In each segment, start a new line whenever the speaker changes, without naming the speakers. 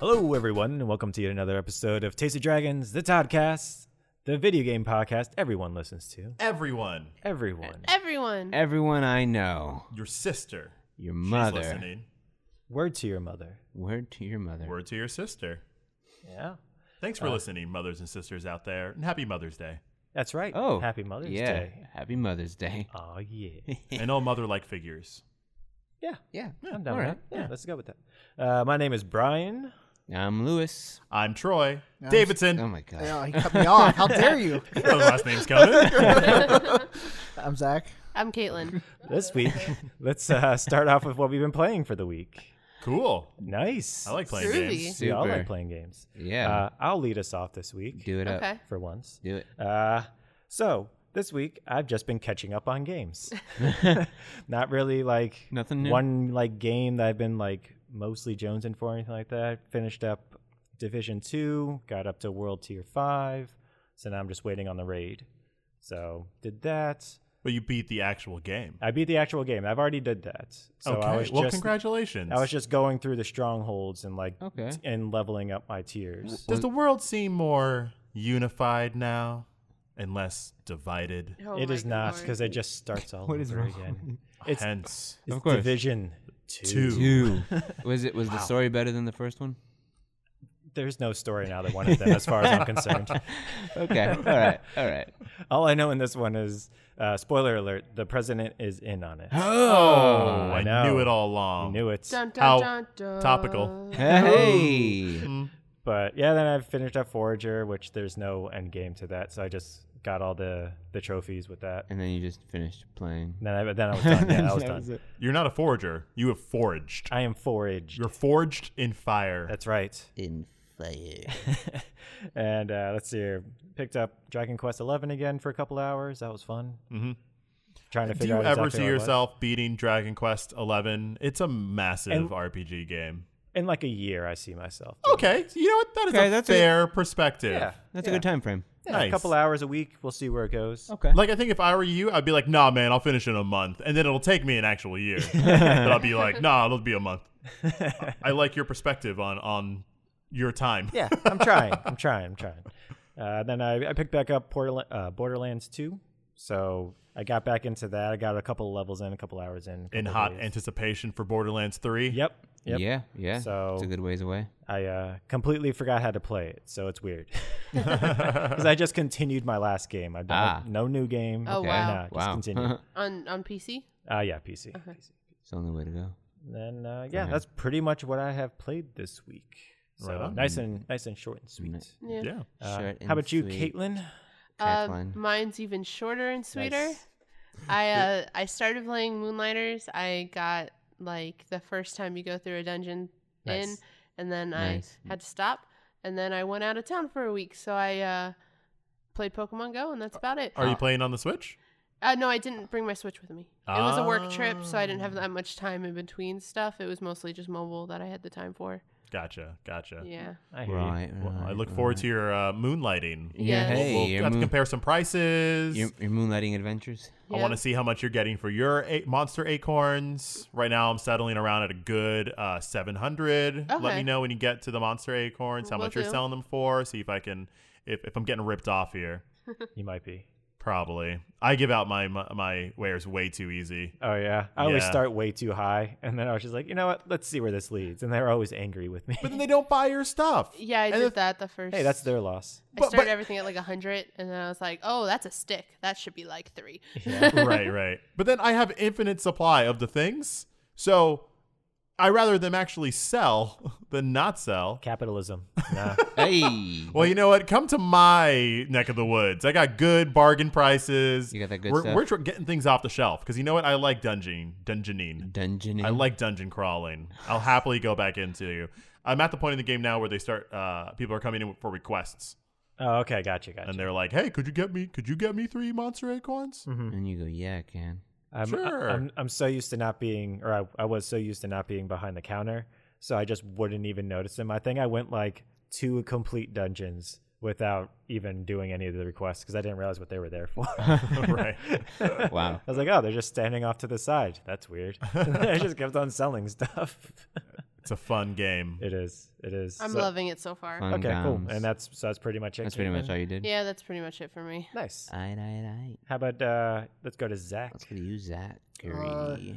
Hello, everyone, and welcome to yet another episode of Taste of Dragons, the Toddcast, the video game podcast everyone listens to.
Everyone,
Everyone.
Mm-hmm.
Everyone.
Everyone I know,
your sister,
your
she's
mother.
listening.
Word to your mother.
Word to your mother.
Word to your sister.
Yeah.
Thanks
Uh,
for listening, mothers and sisters out there, and happy Mother's Day.
That's right.
Oh,
Happy Mother's
yeah.
Day.
Happy Mother's Day.
Oh, yeah.
and all mother-like figures.
yeah.
Yeah,
I'm down
all
with
right.
that. Yeah, let's go with that. Uh, my name is Brian.
I'm Lewis.
I'm Troy
I'm-
Davidson.
Oh my god.
Yeah, he cut me off. How dare you?
You know the last name's coming.
I'm Zach.
I'm Caitlin.
This week, let's uh, start off with what we've been playing for the week.
cool.
Nice.
I like playing
Groovy.
games.
We all
Super.
like playing games.
Yeah.
Uh, I'll lead us off this week
Do it up.
Okay.
for once.
Do it.
Uh, so this week I've just been catching up on games. Not really like
Nothing new?
One like game that I've been like mostly jonesing for or anything like that. Finished up Division Two, got up to World Tier Five, so now I'm just waiting on the raid. So did that.
But you beat the actual game.
I beat the actual game. I've already did that. Uh, So
okay.
I was
well,
just
congratulations.
I was just going through the strongholds and like
Okay.
t- and leveling up my tiers.
Does the world seem more unified now and less divided?
Oh
it
my
is not
lord.
because it just starts all
What is
over
wrong
again. It's
Hence,
It's
Of course.
Division two.
Two.
Two. was it was the story better than the first one?
There's no story in either one of them, as far as I'm concerned.
Okay. all right. All right.
All I know in this one is, uh, spoiler alert: the president is in on it.
Oh,
I
I,
know.
knew it all
I
along.
knew it.
Dun, dun,
How
dun, dun.
Uh.
topical.
Oh.
Hey.
But yeah, then I finished up Forager, which there's no end game to that, so I just got all the the trophies with that.
and then you just finished playing.
And then I then I was done. Yeah, I was
That
done.
was it.
You're not a forager. You have foraged.
I am foraged.
You're forged in fire.
That's right.
In fire.
and uh, let's see here. Picked up Dragon Quest Eleven again for a couple hours. That was fun. Mm-hmm. Trying to
Do
figure
you
out
ever
exactly
see
what I was.
yourself beating Dragon Quest Eleven? It's a massive
And-
RPG game.
in like a year. I see myself.
Okay, so you know what? That is
Okay,
a
that's a-
fair perspective.
Yeah,
That's
yeah.
a good time frame.
Yeah,
Nice. Oh.
A couple hours a week. We'll see where it goes.
Okay.
Like I think if I were you, I'd be like, "Nah, man, I'll finish in a month," and then it'll take me an actual year. but I'll be like, "Nah, it'll be a month." I- I like your perspective on on your time.
Yeah, I'm trying. I'm trying. I'm trying. Uh, then I, I picked back up Portla- uh, Borderlands 2. So I got back into that. I got a couple levels in, a couple hours in. a
In
couple
hot
days.
anticipation for Borderlands Three.
Yep. Yep.
Yeah. Yeah.
So-
it's a good ways away.
I uh, completely forgot how to play it, so it's weird. Because I just continued my last game. I've done
Ah.
no new game.
Oh, Okay. wow.
Nah, just
wow.
continue.
On on PC?
uh, yeah, PC.
it's the only way to go.
Then uh, yeah, that's pretty much what I have played this week. So
Right on.
nice and nice and short and sweet.
Nice.
Yeah.
Yeah.
Uh,
Short and
how about you,
sweet.
Caitlin?
Uh,
Caitlin.
mine's even shorter and sweeter.
Nice.
I uh, I started playing Moonlighters. I got like the first time you go through a dungeon in,
Nice.
and then
Nice.
I had to stop, and then I went out of town for a week. So I uh, played Pokemon Go, and that's about it.
Are you playing on the Switch?
Uh, no, I didn't bring my Switch with me. It was a work trip, so I didn't
Ah.
have that much time in between stuff. It was mostly just mobile that I had the time for.
Gotcha. Gotcha.
Yeah.
I hear you.
Right.
Well, I
right,
look forward
right.
to your uh, moonlighting.
Yeah,
Yes.
hey,
we'll
your
have to
moon-
compare some prices.
Your, your moonlighting adventures.
I
Yeah.
want to see how much you're getting for your a- monster acorns. Right now, I'm settling around at a good uh, 700. Let
Okay.
me know when you get to the monster acorns how
Will
much you're
do.
selling them for. See if I can, if, if I'm getting ripped off here.
You might be.
Probably. I give out my my, my wares way too easy.
Oh yeah, I always
Yeah.
start way too high, and then I was just like, you know what? Let's see where this leads, and they're always angry with me.
But then they don't buy your stuff.
Yeah, I
And
did
if-
that the first.
hey, that's their loss.
I
but-
started
but-
everything at like hundred, and then I was like, "Oh, that's a stick. That should be like three.
right, right. But then I have infinite supply of the things. So I rather them actually sell than not sell.
Capitalism. Nah.
Hey.
Well, you know what? Come to my neck of the woods. I got good bargain prices.
You got that good
we're,
stuff?
We're tr- getting things off the shelf because you know what? I like dungeon, dungeoning.
Dungeoning.
I like dungeon crawling. I'll happily go back into you. I'm at the point in the game now where they start. Uh, people are coming in for requests,
oh, okay, gotcha, gotcha.
and they're like, "Hey, could you get me? Could you get me three monster acorns?"
And you go, yeah, I can.
I'm,
Sure.
I, am I'm so used to not being, or I, I was so used to not being behind the counter, so I just wouldn't even notice them. I think I went like two complete dungeons without even doing any of the requests because I didn't realize what they were there for.
right.
Wow.
I was like, oh, they're just standing off to the side. That's weird. I just kept on selling stuff.
It's a fun game.
It is. It is.
I'm
So-
loving it so far.
Fun
Okay, cool.
times.
And that's so that's pretty much it.
that's pretty much Uh, all
Caitlin?
you did.
Yeah, that's pretty much it for me.
Nice.
Aye, aye, aye.
How about uh let's go to Zach.
Let's go to you, Zachary.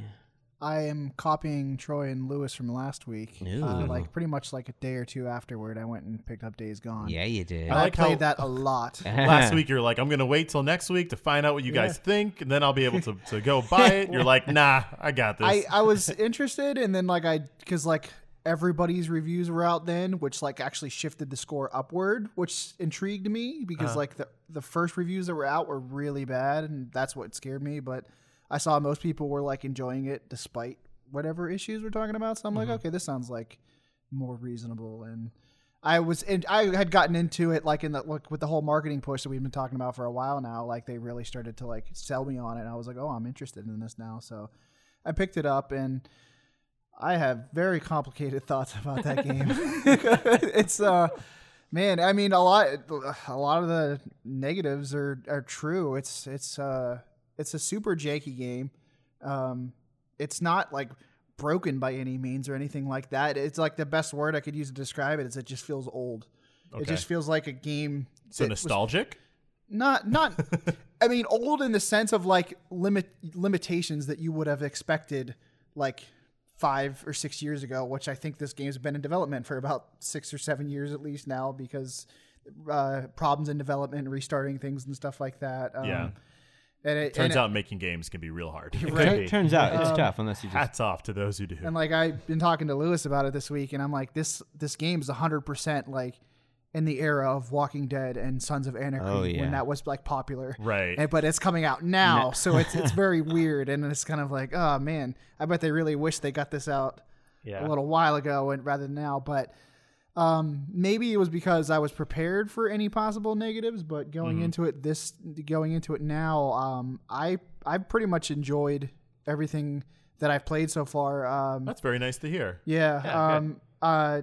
I am copying Troy and Lewis from last week. Uh,
Ooh.
like pretty much like a day or two afterward, I went and picked up Days Gone.
yeah, you did.
And
I
I,
like
played
how-
that a lot.
Last week you're like, I'm gonna wait till next week to find out what you guys think, and then I'll be able to, to go buy it. You're like, nah, I got this.
I, I was interested, and then like I because like everybody's reviews were out then, which like actually shifted the score upward, which intrigued me because like the the first reviews that were out were really bad, and that's what scared me. But I saw most people were like enjoying it despite whatever issues we're talking about. So I'm like, okay, this sounds like more reasonable and. I was and I had gotten into it like in the like with the whole marketing push that we've been talking about for a while now. Like they really started to like sell me on it. And I was like, oh, I'm interested in this now. So I picked it up and I have very complicated thoughts about that game. it's uh man, I mean a lot a lot of the negatives are are true. It's it's uh it's a super janky game. Um it's not like broken by any means or anything like that. It's like the best word I could use to describe it is it just feels old.
Okay.
It just feels like a game
so
that was
nostalgic.
not not i mean old in the sense of like limit limitations that you would have expected like five or six years ago which i think this game's been in development for about six or seven years at least now because uh, problems in development restarting things and stuff like that um,
yeah.
and it
Turns
and it-
out making games can be real hard.
Could be.
Turns out
Um,
it's tough unless you just.
Hats off to those who do.
and like i've been talking to lewis about it this week and i'm like this this game is 100% like in the era of walking dead and sons of anarchy
Oh, yeah.
when that was like popular
right.
And- but it's coming out now, so it's it's very weird, and it's kind of like, oh man, I bet they really wish they got this out
Yeah.
a little while ago and rather than now. But um, maybe it was because I was prepared for any possible negatives. But going into it this going into it now, um, I I pretty much enjoyed everything that I've played so far. Um,
That's very nice to hear.
yeah.
Yeah,
um, uh,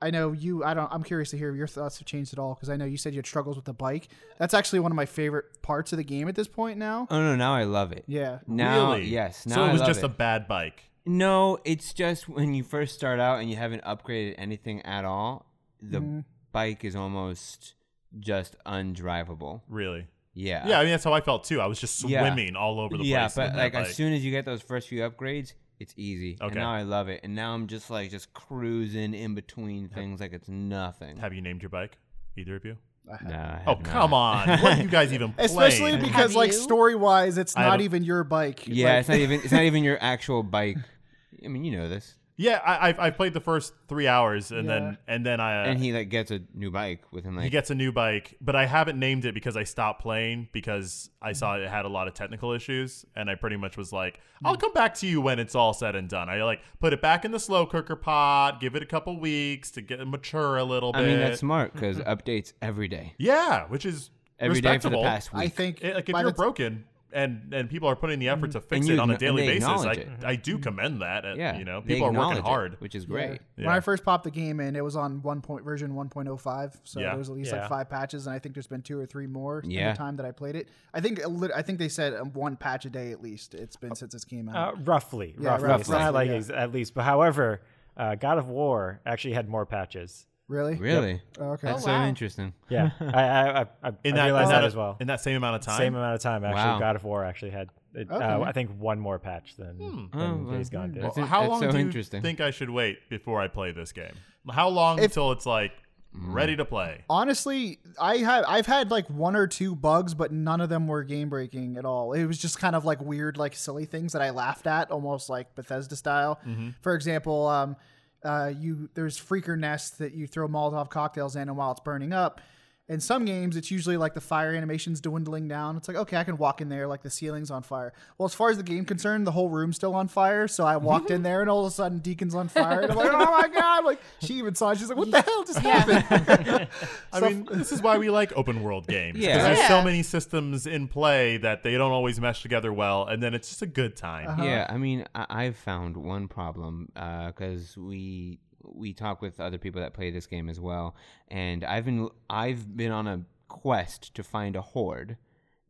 I know you. I don't. I'm curious to hear if your thoughts have changed at all because I know you said you had struggles with the bike. That's actually one of my favorite parts of the game at this point now.
Oh no! Now I love it.
Yeah.
Now,
really?
yes. Now
so
I
it was
love
just a bad bike.
No, it's just when you first start out and you haven't upgraded anything at all, the
Mm-hmm.
bike is almost just undrivable.
Really.
Yeah.
Yeah, I mean that's how I felt too. I was just
Yeah.
swimming all over the
yeah,
place.
but
in that
like
bike.
as soon as you get those first few upgrades, it's easy. And
Okay.
now I love it. And now I'm just like just cruising in between things like it's nothing.
have you named your bike? Either of you?
No, I
Oh
have
come on!
not.
What are you guys even playing?
Especially because
Have
like
you?
story wise, it's
I
not
don't-
even your bike.
Yeah,
Like,
it's not even it's not even your actual bike. I mean, you know this.
yeah, I, I I played the first three hours and then and then I uh,
and he like gets a new bike within like
he gets a new bike, but I haven't named it because I stopped playing because I
Mm.
saw it had a lot of technical issues, and I pretty much was like, "I'll come back to you when it's all said and done." I like put it back in the slow cooker pot, give it a couple weeks to get mature a little
I
bit.
mean, that's smart cuz updates every day.
yeah, which is
Every day for the
respectable.
past week.
I think
It- like if
by
you're
the t-
broken and and people are putting the effort to
Mm. And
fix
you
it on a
acknow- and
daily
they
basis, I
acknowledge it. Mm.
I do commend that. uh,
yeah.
you know,
they
people are working
acknowledge it,
hard.
which is
yeah.
great.
When
Yeah.
I first popped the game in, it was on one point version 1.05, so
Yeah.
there was at least
Yeah.
like five patches, and I think there's been two or three more in
Yeah.
the time that I played it. I think a lit- I think they said um, one patch a day at least. It's been since it came out.
Uh, roughly,
Yeah,
roughly. It's
roughly,
not like
yeah.
ex- at least, but however, uh, God of War actually had more patches.
really?
Really?
Oh, okay.
That's
Oh,
so
wow.
interesting.
Yeah, I I, I, I,
In
I
that,
realized
in
that, as well.
In that same amount of time.
Same amount of time actually.
Wow.
God of War actually had, it, uh,
Okay.
I think, one more patch than, than
Oh, well,
Days Gone did.
that's
Well,
it-
how
that's
long
so
do you
interesting.
think I should wait before I play this game? How long
If-
until it's like ready to play?
honestly i have i've had like one or two bugs but none of them were game breaking at all it was just kind of like weird like silly things that i laughed at almost like bethesda style for example um uh you there's freaker nests that you throw molotov cocktails in and while it's burning up in some games it's usually like the fire animation's dwindling down it's like okay i can walk in there like the ceiling's on fire well as far as the game concerned the whole room's still on fire so i walked in there and all of a sudden deacon's on fire and i'm like oh my god like she even saw it she's like what the hell just happened
I mean, this is why we like open world games.
Yeah.
Because there's so
Yeah.
many systems in play that they don't always mesh together well, and then it's just a good time.
Yeah, I mean, I- I've found one problem because we we talk with other people that play this game as well, and I've been I've been on a quest to find a horde,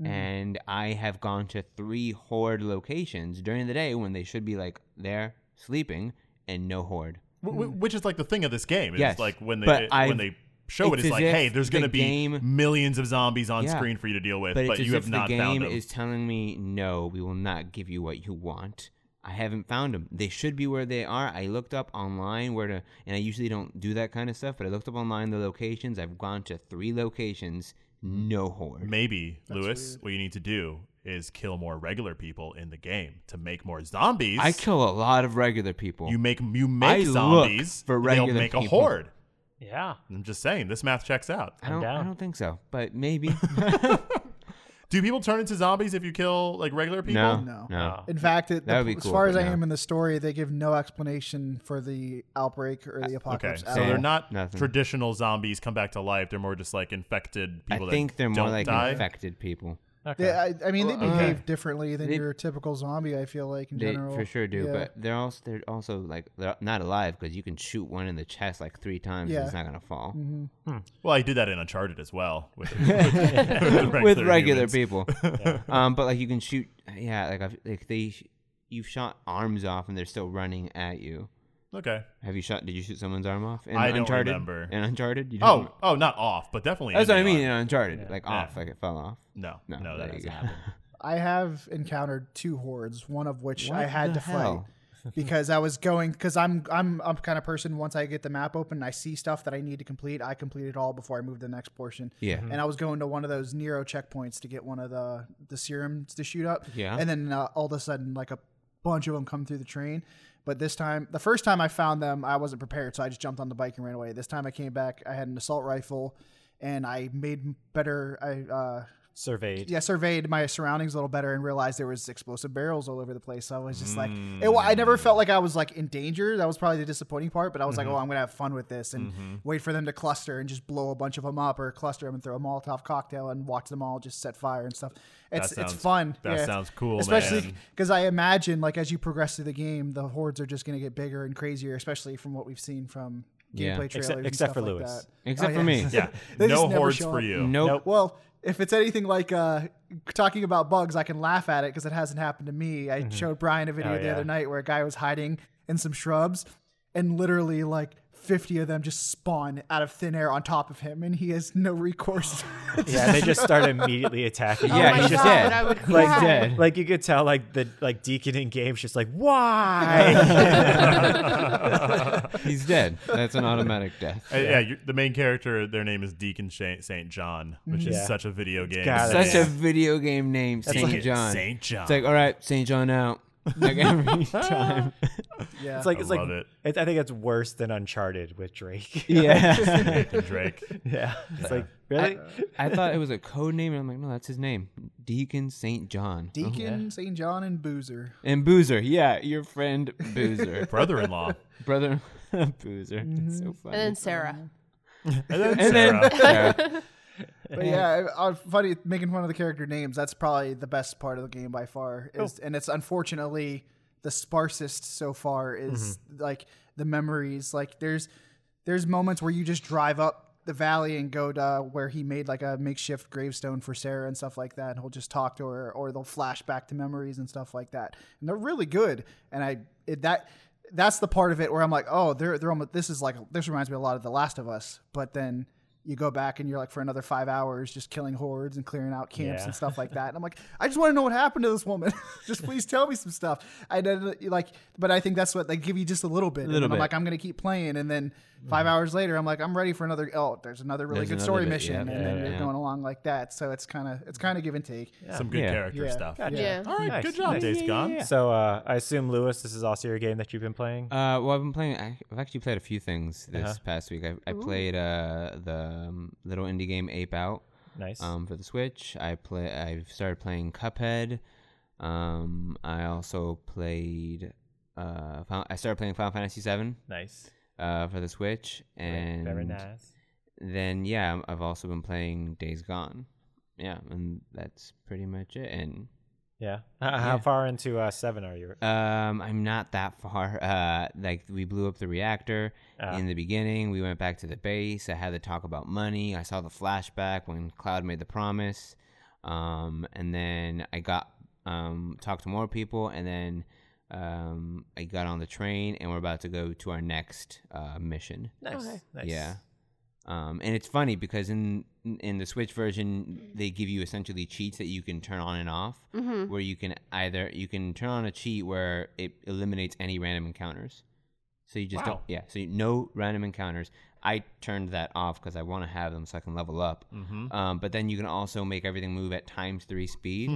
and I have gone to three horde locations during the day when they should be like there sleeping and no horde.
w- w- which is like the thing of this game. It's
Yes,
like when they
but
when
I've-
they show it,
it's
it's
as
like,
if
hey, there's going to
the
be
game-
millions of zombies on
Yeah.
screen for you to deal with,
but,
but,
it's as
you have
if the
not
game
found them.
is telling me no we will not give you what you want i haven't found them they should be where they are i looked up online where to and i usually don't do that kind of stuff but i looked up online the locations i've gone to three locations no horde
Maybe Lewis, what you need to do is kill more regular people in the game to make more zombies.
i kill a lot of regular people
You make you
I
make
look
zombies.
for
they'll
regular
make a
people.
horde.
Yeah.
I'm just saying, this math checks out.
I don't, I
down.
don't think so but maybe
Do people turn into zombies if you kill like regular people?
no
No.
no
In fact,
That
it, the,
would be
as
cool,
far
but
as I
no.
am in the story, they give no explanation for the outbreak or
Uh,
the
Okay,
apocalypse.
so
at
Same.
they're
all.
not
Nothing.
traditional zombies come back to life. They're more just like infected
i
Oh, people.
think
that
they're more
don't
like
die.
infected people
Okay.
They, I, I mean, they
Well,
behave
okay.
differently than
They-
your typical zombie. I feel like in
They
general,
for sure do,
Yeah.
but they're also they're also like they're not alive because you can shoot one in the chest like three times and
Yeah.
it's not gonna fall
Well, I did that in Uncharted as well with, with, regular,
with regular
humans.
people. Um, but like you can shoot, yeah, like I've, like they, you've shot arms off and they're still running at you.
Okay.
Have you shot? Did you shoot someone's arm off? In
I don't
Uncharted?
remember.
In Uncharted, you
Oh,
don't-
oh, not off, but definitely.
that's what I
ending
mean.
on-
In Uncharted, like
Yeah.
off, like it fell off.
No, no,
No,
that
there you
doesn't
go.
happen.
I have encountered two hordes, one of which I
What
had
the
to
hell?
fight because I was going because I'm I'm I'm kind of person. Once I get the map open, and I see stuff that I need to complete. I complete it all before I move to the next portion.
Yeah.
Mm-hmm. Oh,
And I was going to one of those Nero checkpoints to get one of the the serums to shoot up.
Yeah.
And then uh, all of a sudden, like a bunch of them come through the train. But this time, the first time I found them, I wasn't prepared, so I just jumped on the bike and ran away. This time I came back, I had an assault rifle, and I made better. I uh,
Surveyed.
yeah, surveyed my surroundings a little better and realized there was explosive barrels all over the place. So I was just like, it, wa- I never felt like I was like in danger. That was probably the disappointing part. But I was like, oh, I'm gonna have fun with this and wait for them to cluster and just blow a bunch of them up or cluster them and throw a Molotov cocktail and watch them all just set fire and stuff. It's
sounds-
it's fun.
that sounds cool,
especially
man.
because I imagine like as you progress through the game, the hordes are just gonna get bigger and crazier, especially from what we've seen from
Yeah.
gameplay
Except-
trailers and
except
stuff
for
like
Lewis.
that.
Except
Oh,
for me.
Yeah,
They just
no
never
hordes
show
for
up.
you.
Nope.
Nope.
Well, if it's anything like uh, talking about bugs, I can laugh at it because it hasn't happened to me. I showed Brian a video
Oh,
the
yeah.
other night where a guy was hiding in some shrubs, and literally like fifty of them just spawn out of thin air on top of him, and he has no recourse.
Yeah, they just start immediately attacking.
Yeah,
you.
oh my
It's
he's
just-
dead.
God, I would
Like,
He's
cry.
dead.
like you could tell, like the like Deacon in games, just like why?
He's dead. That's an automatic death.
Uh, yeah, you the main character, their name is Deacon Sha- Saint John, which is
Yeah.
such a video game.
gotta
Such
Yeah.
a video game name, Saint
like-
John.
Saint John.
It's like all right, Saint John out. Like every time.
yeah,
It's like
I
it's like
love it.
I think it's worse than Uncharted with Drake.
yeah.
name, Drake.
yeah, it's like really.
I thought it was a code name, and I'm like, no, that's his name, Deacon Saint John.
Oh,
Deacon Saint John and Boozer.
And Boozer, yeah, your friend Boozer,
Brother-in-law,
brother Boozer. It's so funny.
Mm-hmm. And then
Oh,
Sarah.
and then,
And then-
Sarah.
Sarah.
But yeah, I, I, funny making fun of the character names. That's probably the best part of the game by far. Is and it's unfortunately the sparsest so far. Is like the memories. Like there's there's moments where you just drive up the valley and go to where he made like a makeshift gravestone for Sarah and stuff like that. And he'll just talk to her, or they'll flash back to memories and stuff like that. And they're really good. And I it, that. That's the part of it where I'm like, oh, they're they're almost. This is like this reminds me a lot of The Last of Us, but then you go back and you're like for another five hours just killing hordes and clearing out camps
Yeah.
and stuff like that. And I'm like, I just want to know what happened to this woman. just please tell me some stuff. I didn't like, but I think that's what they give you just a little bit.
Little
and I'm
bit. Mm-hmm.
like, I'm gonna keep playing, and then five hours later, I'm like, I'm ready for another. Oh, there's another really
There's
good
another
story
bit,
mission,
yeah,
and
yeah,
then
yeah,
you're
yeah.
going along like that. So it's kind of it's kind of give and take.
some good
Yeah.
character
Yeah.
stuff.
Gotcha.
Yeah.
All right,
Nice,
good job,
nice.
Days Gone.
So uh, I assume Lewis, this is also your game that you've been playing.
Uh, well, I've been playing. I- I've actually played a few things this past week. I, I played uh, the um, little indie game Ape Out
nice.
um, for the Switch. I play. I've started playing Cuphead. Um, I also played. Uh, Final- I started playing Final Fantasy VII
nice.
uh, for the Switch, and
Very nice.
then yeah, I'm- I've also been playing Days Gone. Yeah, and that's pretty much it. And
Yeah. How, how far into uh, seven are you?
um, I'm not that far. Uh, like we blew up the reactor
Ah.
in the beginning. We went back to the base. I had the talk about money. I saw the flashback when Cloud made the promise. Um, and then I got um talked to more people, and then Um, I got on the train and we're about to go to our next uh, mission.
Nice.
Okay.
Nice.
Yeah. Um, and it's funny because in in the Switch version, they give you essentially cheats that you can turn on and off,
Mm-hmm.
where you can either you can turn on a cheat where it eliminates any random encounters. So you just
Wow.
don't yeah. So you, no random encounters. I turned that off because I want to have them so I can level up.
Mm-hmm.
Um, but then you can also make everything move at times three speed,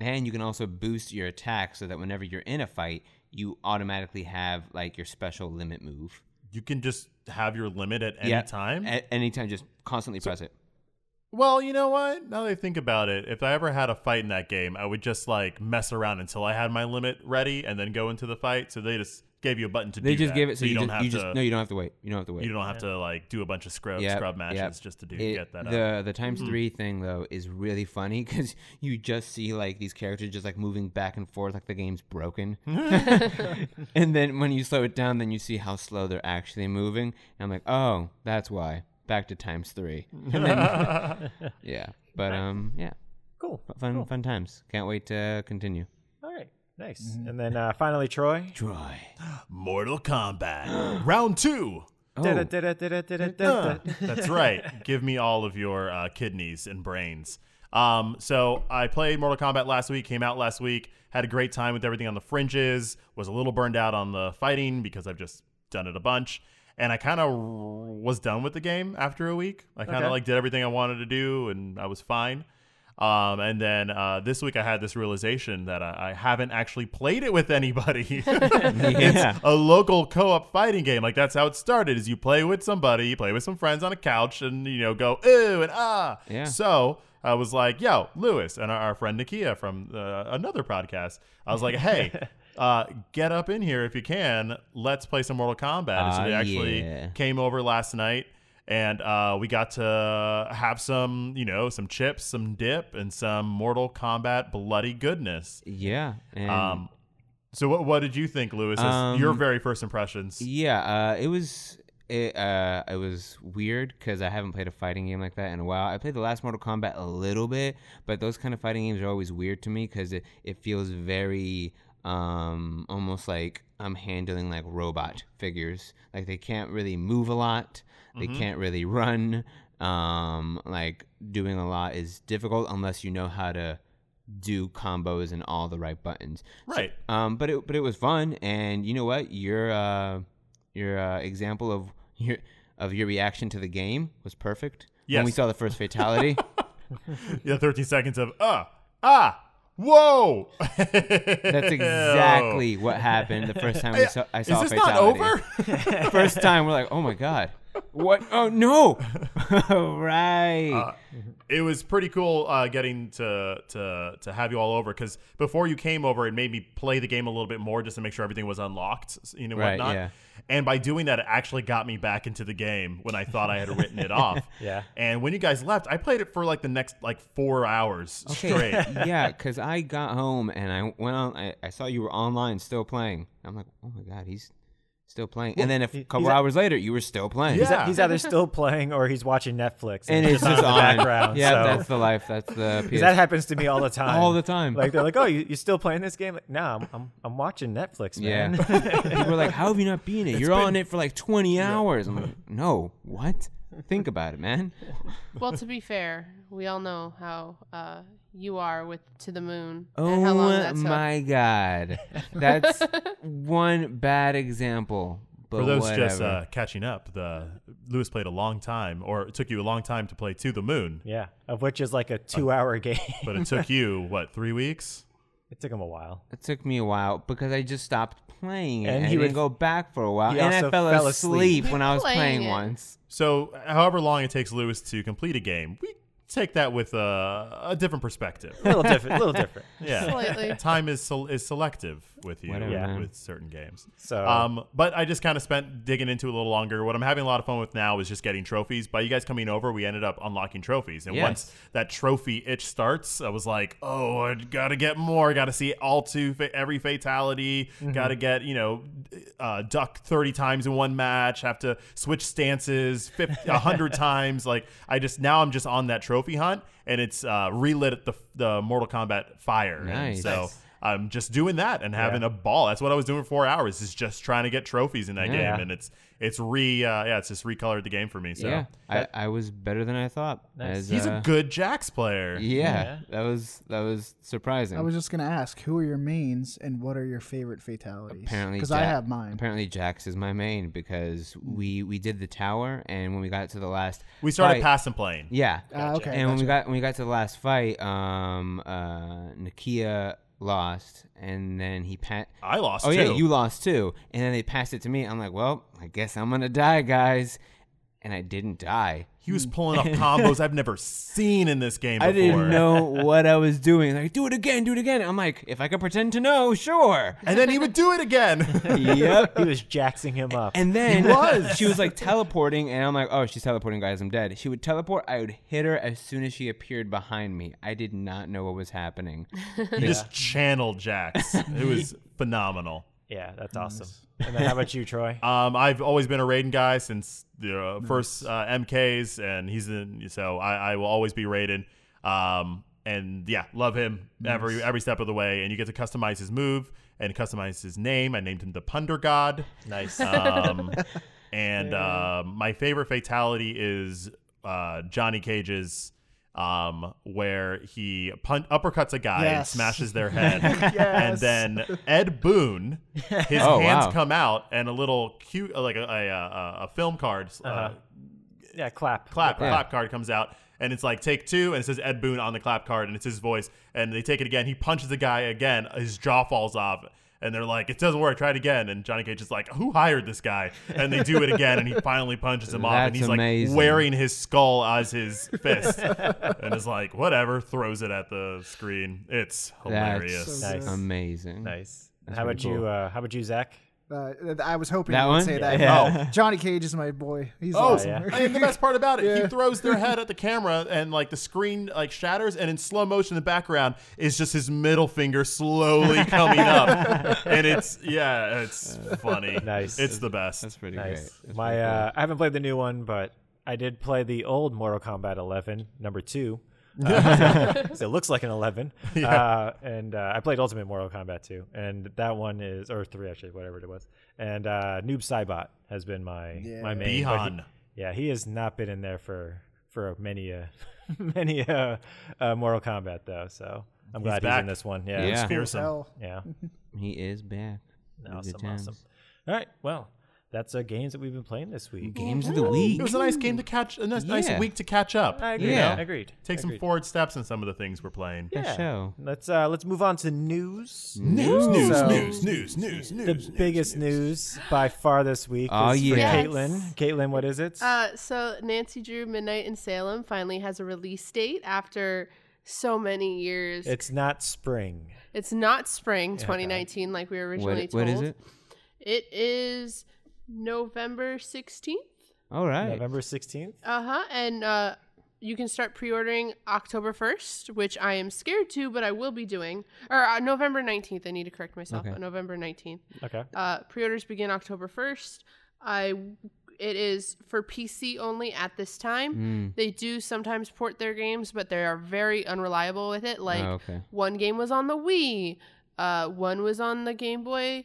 and you can also boost your attack so that whenever you're in a fight, you automatically have like your special limit move.
You can just have your limit at any
Yeah.
time.
At any time, just constantly press it.
well, you know what? Now that I think about it, if I ever had a fight in that game, I would just like mess around until I had my limit ready and then go into the fight. So they just gave you a button to
They
do
just
that.
give it so, you,
don't
just,
have
you
to.
just no, you don't have to wait. You don't have to wait.
you don't have to like do a bunch of scrub
Yep,
scrub matches
yep.
just to do
It-
get that
the
up.
the times three thing though is really funny because you just see like these characters just like moving back and forth like the game's broken, and then when you slow it down, then you see how slow they're actually moving. And I'm like, oh, that's why. Back to times three. And then- yeah, but um, yeah,
Cool.
F- fun fun times. Can't wait to continue.
All right. Nice. And then uh, finally, Troy.
Troy.
Mortal Kombat round two.
Oh,
That's right. Give me all of your uh, kidneys and brains. Um, so I played Mortal Kombat last week, came out last week, had a great time with everything on the fringes, was a little burned out on the fighting because I've just done it a bunch. And I kind of was done with the game after a week. I kind of
Okay.
like did everything I wanted to do and I was fine. Um, and then uh, this week I had this realization that I, I haven't actually played it with anybody.
yeah.
a local co-op fighting game. Like that's how it started. Is you play with somebody, you play with some friends on a couch, and you know go ooh and ah.
Yeah.
So I was like, yo, Lewis and our, our friend Nakia from uh, another podcast. I was like, hey. Uh, get up in here if you can. Let's play some Mortal Kombat. And so
Ah,
they actually
yeah.
came over last night, and uh, we got to have some, you know, some chips, some dip, and some Mortal Kombat bloody goodness.
Oh, yeah. And
Um, so what what did you think, Lewis? Is
Mm. Um,
your very first impressions?
Yeah, uh, it was it, uh, it was weird because I haven't played a fighting game like that in a while. I played the last Mortal Kombat a little bit, but those kind of fighting games are always weird to me because it, it feels very um, almost like I'm handling like robot figures. Like they can't really move a lot, they can't really run. Um, like doing a lot is difficult unless you know how to do combos and all the right buttons.
Right.
Um, but it but it was fun, and you know what? Your uh, your uh, example of your of your reaction to the game was perfect. When we
Yes.
saw the first fatality,
Yeah, 13 seconds of uh ah whoa.
that's exactly what happened the first time we saw. I
Is
saw
this
a
not
fatality.
over?
first time we're like, oh my god, what? Oh no, right.
Uh, it was pretty cool uh, getting to to to have you all over because before you came over, it made me play the game a little bit more just to make sure everything was unlocked, s- you know,
Right,
whatnot.
yeah.
And by doing that, it actually got me back into the game when I thought I had written it off.
Yeah.
And when you guys left, I played it for like the next like four hours
Okay.
straight.
yeah, because I got home and I went on. I, I saw you were online still playing. I'm like, oh my god, he's still playing. And then a
he-
couple
he's a-
hours later, you were still playing.
Yeah.
He's either still playing or he's watching Netflix.
and it's just
in the
on.
background.
yeah,
so.
that's the life. That's the PS.
Because that happens to me all the time.
All the time.
Like they're like, "Oh, you you still playing this game?" Like, no, I'm I'm, I'm watching Netflix,
yeah.
man.
People are like, "How have you not been it? You're on it for like 20 hours." I'm like, "No, what? Think about it, man."
Well, to be fair, we all know how uh, you are with to the moon and how long
Oh
that's up.
my god, that's one bad example. But
For those
whatever.
just uh, catching up, the Lewis played a long time, or it took you a long time to play to the moon,
yeah, of which is
Uh,
like a two-hour game.
but it took you what three weeks?
it took him a while.
it took me a while because I just stopped playing it,
And
and,
he
he
would-
would go back for a while,
he
and I
also
fell,
fell
asleep,
asleep.
when I was
Playing
playing
it.
once.
So, however long it takes Lewis to complete a game, we take that with a, a different perspective.
A little different. A little different.
Yeah,
Slightly.
time is sel- is selective with you
Whatever,
Yeah.
with certain games.
So-
um, but I just kind of spent digging into it a little longer. What I'm having a lot of fun with now is just getting trophies. By you guys coming over, we ended up unlocking trophies, and
Yes.
once that trophy itch starts, I was like, oh, I gotta get more. Gotta see all two fa- every fatality.
Mm-hmm.
Gotta get you know, uh, duck 30 times in one match. Have to switch stances 50, 100 times. Like I just now I'm just on that trophy hunt, and it's uh, relit the the Mortal Kombat fire. And
Nice.
So
Nice.
I'm just doing that and having
Yeah.
a ball. That's what I was doing for four hours is just trying to get trophies in that
Yeah.
game, and it's it's re uh, yeah, it's just recolored the game for me. So
yeah, I, I was better than I thought.
Nice.
as,
he's
uh,
a good Jax player.
Yeah,
Yeah.
that was that was surprising.
I was just gonna ask, who are your mains and what are your favorite fatalities?
Apparently,
because I
Ja-
have mine. Mm.
Apparently, Jax is my main because we we did the tower, and when we got to the last,
We started
fight-
passing playing.
Yeah,
Ah, okay,
and when we got when we got to the last fight, um, uh, Nakia lost, and then he pat.
I lost.
Oh
too.
yeah, you lost too, and then they passed it to me. I'm like, well, I guess I'm gonna die, guys, and I didn't die.
He was pulling up combos I've never seen in this game. Before.
I didn't know what I was doing. Like, do it again, do it again. I'm like, if I could pretend to know, sure.
And then he would do it again.
yep.
He was jaxing him up.
Um, And then she was like teleporting, and I'm like, oh, she's teleporting, guys, I'm dead. She would teleport. I would hit her as soon as she appeared behind me. I did not know what was happening.
he just channeled Jax. It was phenomenal.
yeah, that's awesome. And then how about you, Troy?
Um, I've always been a Raiden guy since the uh, first uh, MKs, and he's in. So I, I will always be Raiden. Um, and yeah, love him every every step of the way. And you get to customize his move and customize his name. I named him the Punder God.
Nice.
Um, and uh, my favorite fatality is uh, Johnny Cage's, um, where he pun- uppercuts a guy and
Yes.
smashes their head.
Yes.
And then Ed Boone, his
Oh,
hands
wow.
come out and a little cute, like a, a, a, a film card, uh
Uh-huh. yeah, clap.
clap,
Yeah.
clap card comes out. And it's like take two, and it says Ed Boone on the clap card, and it's his voice. And they take it again. He punches the guy again. His jaw falls off, and they're like, "It doesn't work. Try it again." And Johnny Cage is like, "Who hired this guy?" And they do it again, and he finally punches him off, and
That's
he's
amazing.
like wearing his skull as his fist, and is like, "Whatever." Throws it at the screen. It's hilarious.
Nice.
That's amazing.
Nice.
That's
how about
pretty
you?
cool.
Uh, how about you, Zach?
Uh, th- I was hoping
That
you
one?
would say that.
Yeah.
Oh, Johnny Cage is my boy. He's
Oh,
awesome.
yeah.
and the best part about it, he
Yeah.
throws their head at the camera, and like the screen like shatters, and in slow motion in the background is just his middle finger slowly coming up, and it's yeah, it's funny.
Nice.
it's the best.
That's pretty
Nice.
great. That's
My
pretty cool.
uh, I haven't played the new one, but I did play the old Mortal Kombat 11 number two. Uh, so it looks like an 11. Uh, and uh, I played Ultimate Mortal Kombat 2, and that one is or three actually, whatever it was. And uh, Noob Saibot has been my my
Yeah.
main. but he-
Bihan.
yeah, he has not been in there for for many uh many uh, uh Mortal Kombat though. So I'm
He's
glad he's
back.
in this one.
Yeah.
yeah.
It's
Cool as
fearsome.
hell.
yeah.
he is back. Good
Awesome,
times.
awesome. All right, well, that's our games that we've been playing this week.
Games of the week.
It was a nice game to catch, a nice, nice
Yeah.
week to catch up.
I agreed.
Yeah.
Agreed.
Take some
Agreed.
forward steps in some of the things we're playing.
Good show.
Let's uh let's move on to news.
News, news,
So-
news, news, news, news.
The biggest news. by far this week
Oh,
is
yeah.
for Caitlin. Caitlin, what is it?
Uh, so Nancy Drew Midnight in Salem finally has a release date after so many years. It's,
it's not spring.
not spring 2019 like we were originally
What, what
told.
is it?
It is November 16th.
All right.
November sixteenth.
Uh huh. And uh, you can start pre-ordering October 1st, which I am scared to, but I will be doing. Or uh, November 19th. I need to correct myself.
Okay.
November 19th.
Okay.
Uh, pre-orders begin October 1st. I it is for PC only at this time.
Mm.
They do sometimes port their games, but they are very unreliable with it. Like
oh, okay.
one game was on the Wii, uh, one was on the Game Boy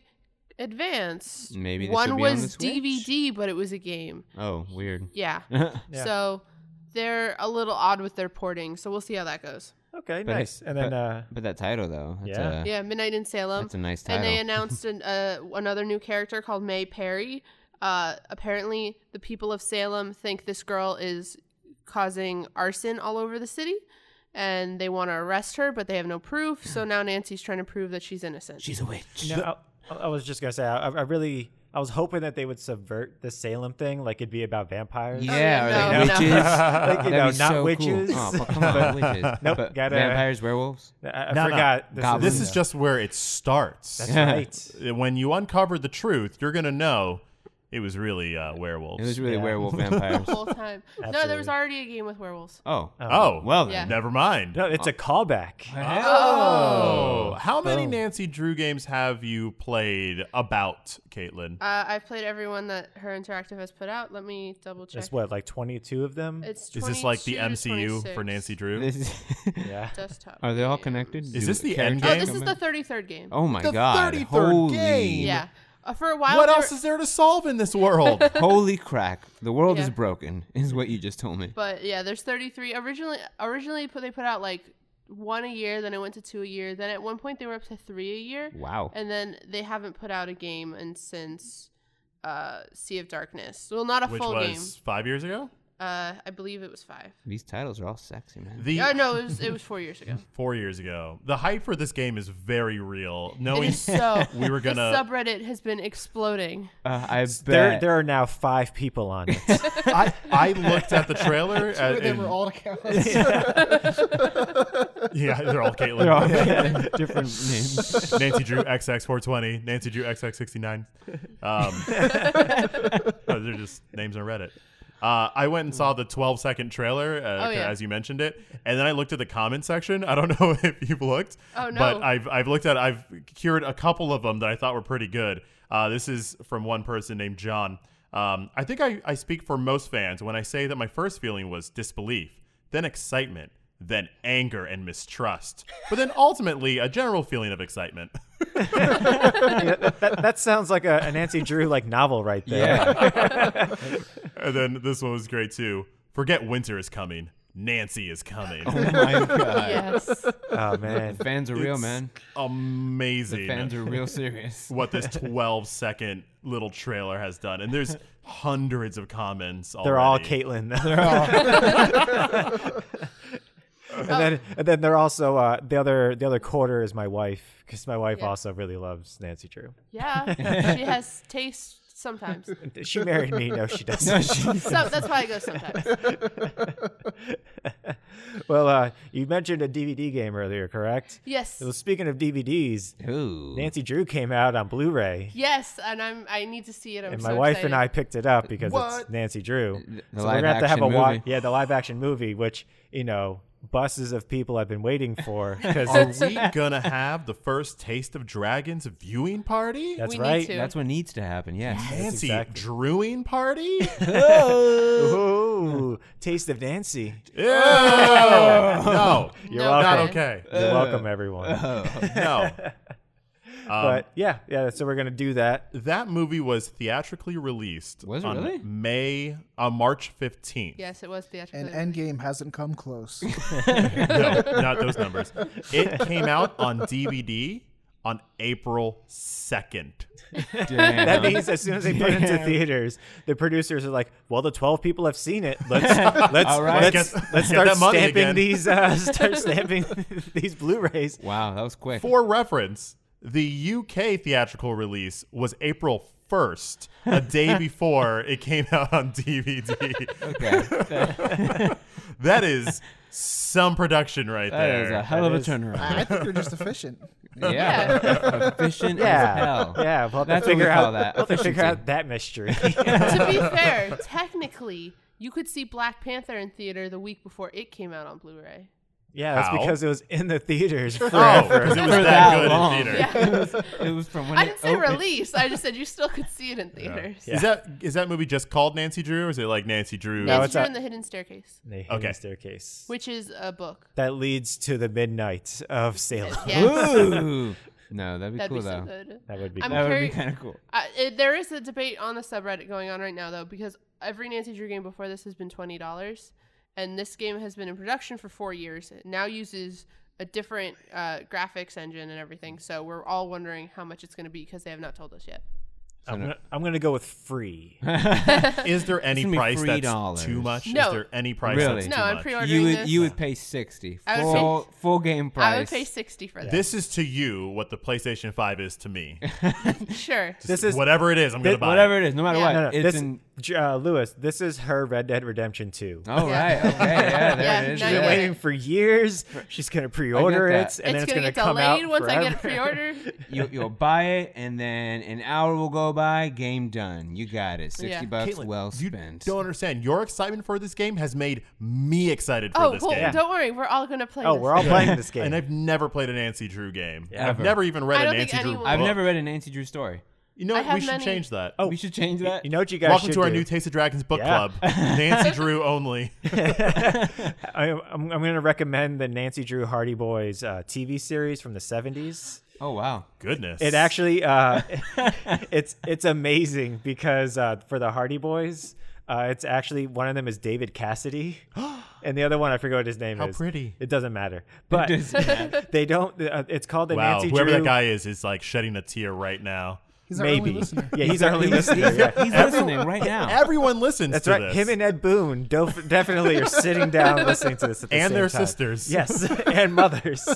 Advance.
Maybe this will
one
be on the
was
Switch?
DVD, but it was a game.
Oh, weird.
Yeah.
but
Yeah.
So they're a little odd with their porting. So we'll see how that goes.
Okay,
But it-
nice. And then
but-
uh
that title though, that's
Yeah.
a
Yeah, Midnight in Salem.
that's a nice
and
title.
they announced an, uh, another new character called May Perry. Uh, apparently, the people of Salem think this girl is causing arson all over the city, and they want to arrest her, but they have no proof. So now Nancy's trying to prove that she's innocent.
She's a witch.
No, I, I was just gonna say I, I really I was hoping that they would subvert the Salem thing, like it'd be about vampires.
Yeah,
Oh, yeah,
or like witches.
no, no.
Like, you
That'd
know,
be
not
so cool.
witches.
Oh, but come on, witches.
Nope,
But
gotta-
vampires, werewolves.
I, I
No, no.
forgot.
Goblin.
This is just where it starts.
right.
when you uncover the truth, you're gonna know It was really uh, werewolves.
It was really
Yeah.
werewolf vampires.
the whole time. no, there was
Absolutely.
already a game with werewolves.
Oh.
oh,
Well
well,
Um, Yeah.
then.
never mind.
No, it's a callback.
Oh, how many
Boom.
Nancy Drew games have you played about Caitlin?
Uh, I've played everyone that her interactive has put out. Let me double check.
It's what, like 22 of them?
It's
Is this like the
22 to
MCU
26.
for Nancy Drew?
This is-
yeah.
Desktop.
Are they all
games.
connected?
Is this the
characters
end
Oh,
game?
this
come
is
in?
the 33rd game.
Oh my
The
god.
33rd
Holy.
game.
Yeah. Uh, for a while.
what
they
else
were-
is there to solve in this world?
Holy crack. The world is
Yeah.
broken, is what you just told me.
But yeah, there's 33. Originally, originally put they put out like one a year. Then it went to two a year. Then at one point they were up to three a year.
Wow.
And then they haven't put out a game and since uh, Sea of Darkness. Well, not a
Which
full
was
game.
five years ago.
Uh, I believe it was five.
These titles are all sexy, man.
The
Yeah, no, it was it was four years ago.
four years ago. The hype for this game is very real.
It
Knowing
is so.
we were gonna
The subreddit has been exploding.
Uh, I bet.
There, there are now five people on it.
I, I looked at the trailer. at-
They
and-
were all accounts.
yeah, they're all Caitlyn.
They're all different names.
Nancy Drew XX420, Nancy Drew XX69. Um, no, they're just names on Reddit. Uh, I went and saw the 12 second trailer, uh,
Oh, yeah.
as you mentioned it, and then I looked at the comment section. I don't know if you've looked,
Oh, no.
but I've, I've looked at I've cured a couple of them that I thought were pretty good. Uh, this is from one person named John. Um, I think I, I speak for most fans when I say that my first feeling was disbelief, then excitement, then anger and mistrust, but then ultimately a general feeling of excitement.
that, that- that sounds like a, a Nancy Drew like novel right there.
Yeah.
And then this one was great too. Forget winter is coming. Nancy is coming.
Oh my god.
Yes.
Oh man.
Fans are real, man.
Amazing.
Fans are real serious.
what this 12 second little trailer has done. And there's hundreds of comments.
They're all
already.
Caitlyn. They're all. and then, and then they're also uh, the other the other quarter is my wife because my wife
Yeah.
also really loves Nancy Drew.
Yeah. she has taste sometimes.
She married me. No, she doesn't.
No, she's-
So that's why I go sometimes.
well, uh, you mentioned a DVD game earlier, correct?
Yes.
Well, speaking of DVDs,
Ooh.
Nancy Drew came out on Blu-ray,
Yes, and I'm I need to see it. I'm
and
so
my wife
excited.
and I picked it up because it's
What?
Nancy Drew.
The
so
live
we're gonna have to have a
action
watch.
movie.
Yeah, the live-action movie, which you know, buses of people have been waiting for because
Are we gonna have the first Taste of Dragons viewing party?
that's
we need
right.
to.
That's what needs to happen, yes.
Nancy
exactly.
Drewing party?
Ooh, taste of Nancy.
Ew. no,
You're welcome.
No,
not
man.
okay.
Uh,
You're welcome, everyone.
No. Um,
but yeah, yeah. So we're gonna do that.
that movie was theatrically released
Was it
on
really?
May on March 15th.
Yes, it was
and
theatrical.
Endgame hasn't come close.
No, not those numbers. It came out on DVD on April 2nd.
Damn.
That means as soon as they put it into theaters, the producers are like, "Well, the twelve people have seen it. Let's let's
All right.
let's,
Get-
let's
get
start
that money
stamping
again."
these uh, start stamping these Blu-rays."
wow, that was quick.
For reference, the UK theatrical release was April 1st, a day before it came out on DVD.
Okay.
That is some production right
That
there.
is a hell of a
is-
turnaround.
I think they're just efficient.
Yeah. Efficient as
Yeah,
hell.
yeah. We'll have
That's
to
what we
figure
call
out
that,
We'll have to figure
efficiency.
out that mystery.
to be fair, technically, you could see Black Panther in theater the week before it came out on Blu-ray.
yeah, that's
How?
because it was in the theaters
Oh,
forever.
because it was
For
that,
that
good
long.
in theater.
Yeah.
It was from when
I
it
didn't say
opened.
release. I just said you still could see it in theaters.
Yeah.
Is that is that movie just called Nancy Drew, or is it like Nancy Drew?
No,
Nancy
it's
Drew
a-
and the Hidden Staircase,
And they hid
Okay.
the staircase.
which is a book.
that leads to the midnight of Salem.
Yes,
Ooh. No, that'd be
that'd
cool
be so
though.
good.
That would be
I'm
cool.
That would be
curi-
kind of cool.
I, it, there is a debate on the subreddit going on right now though because every Nancy Drew game before this has been twenty dollars, and this game has been in production for four years. It now uses a different uh, graphics engine and everything, so we're all wondering how much it's going to be because they have not told us yet.
I'm gonna, I'm gonna go with free.
Is there any
gonna be
price that's
$3.
too much?
No.
Is there any price
Really?
that's
No,
too
I'm
much?
pre-ordering
You would
this.
you would pay sixty
I would pay-
full full game price.
I would pay sixty for this.
This is to you what the PlayStation 5 is to me.
Sure.
This is
Whatever it is, I'm going to buy
whatever it is, no matter
Yeah.
what.
No, no,
It's
this,
in
J- uh, Lewis, this is her Red Dead Redemption 2.
Oh,
All right. Okay. Yeah. There
Yeah,
it is.
now
She's
you
been
get
Yeah.
waiting for years. She's gonna pre-order it, and
that.
it's,
then it's
gonna,
gonna,
get
come out
delayed once I get a
forever.
pre-order.
You, you'll buy it, and then an hour will go by. Game done. You got it. Sixty
Yeah.
bucks,
Caitlin,
well
you
spent.
don't understand. Your excitement for this game has made me excited for
oh,
this
well,
game.
don't worry, we're all gonna play.
Oh,
this.
we're all playing this
And
game.
I've never played a Nancy Drew game. I've
Ever.
never even
I
read a
don't think
Nancy Drew.
anyone-
Book.
I've never read a Nancy Drew story.
You know,
I
what?
have
we should
many-
change that.
Oh,
We should change that.
you know what you guys
Welcome
should
to our
do?
new Taste of Dragons book
Yeah.
club. Nancy Drew only.
I, I'm, I'm going to recommend the Nancy Drew Hardy Boys uh, TV series from the 70s.
Oh wow.
Goodness.
It actually, uh, it's it's amazing because uh, for the Hardy Boys, uh, it's actually one of them is David Cassidy, and the other one I forget what his name
How
is.
pretty.
It doesn't matter, but
doesn't
they don't. Uh, it's called the
Wow,
Nancy
whoever
Drew.
that guy is is like shedding a tear right now.
He's our only
maybe,
listener.
yeah, he's our only listener. yeah.
He's listening right now.
Everyone listens
That's
to
right.
this.
Him and Ed Boone dof- definitely are sitting down listening to this at the
And
same
their
time.
sisters.
Yes, and mothers.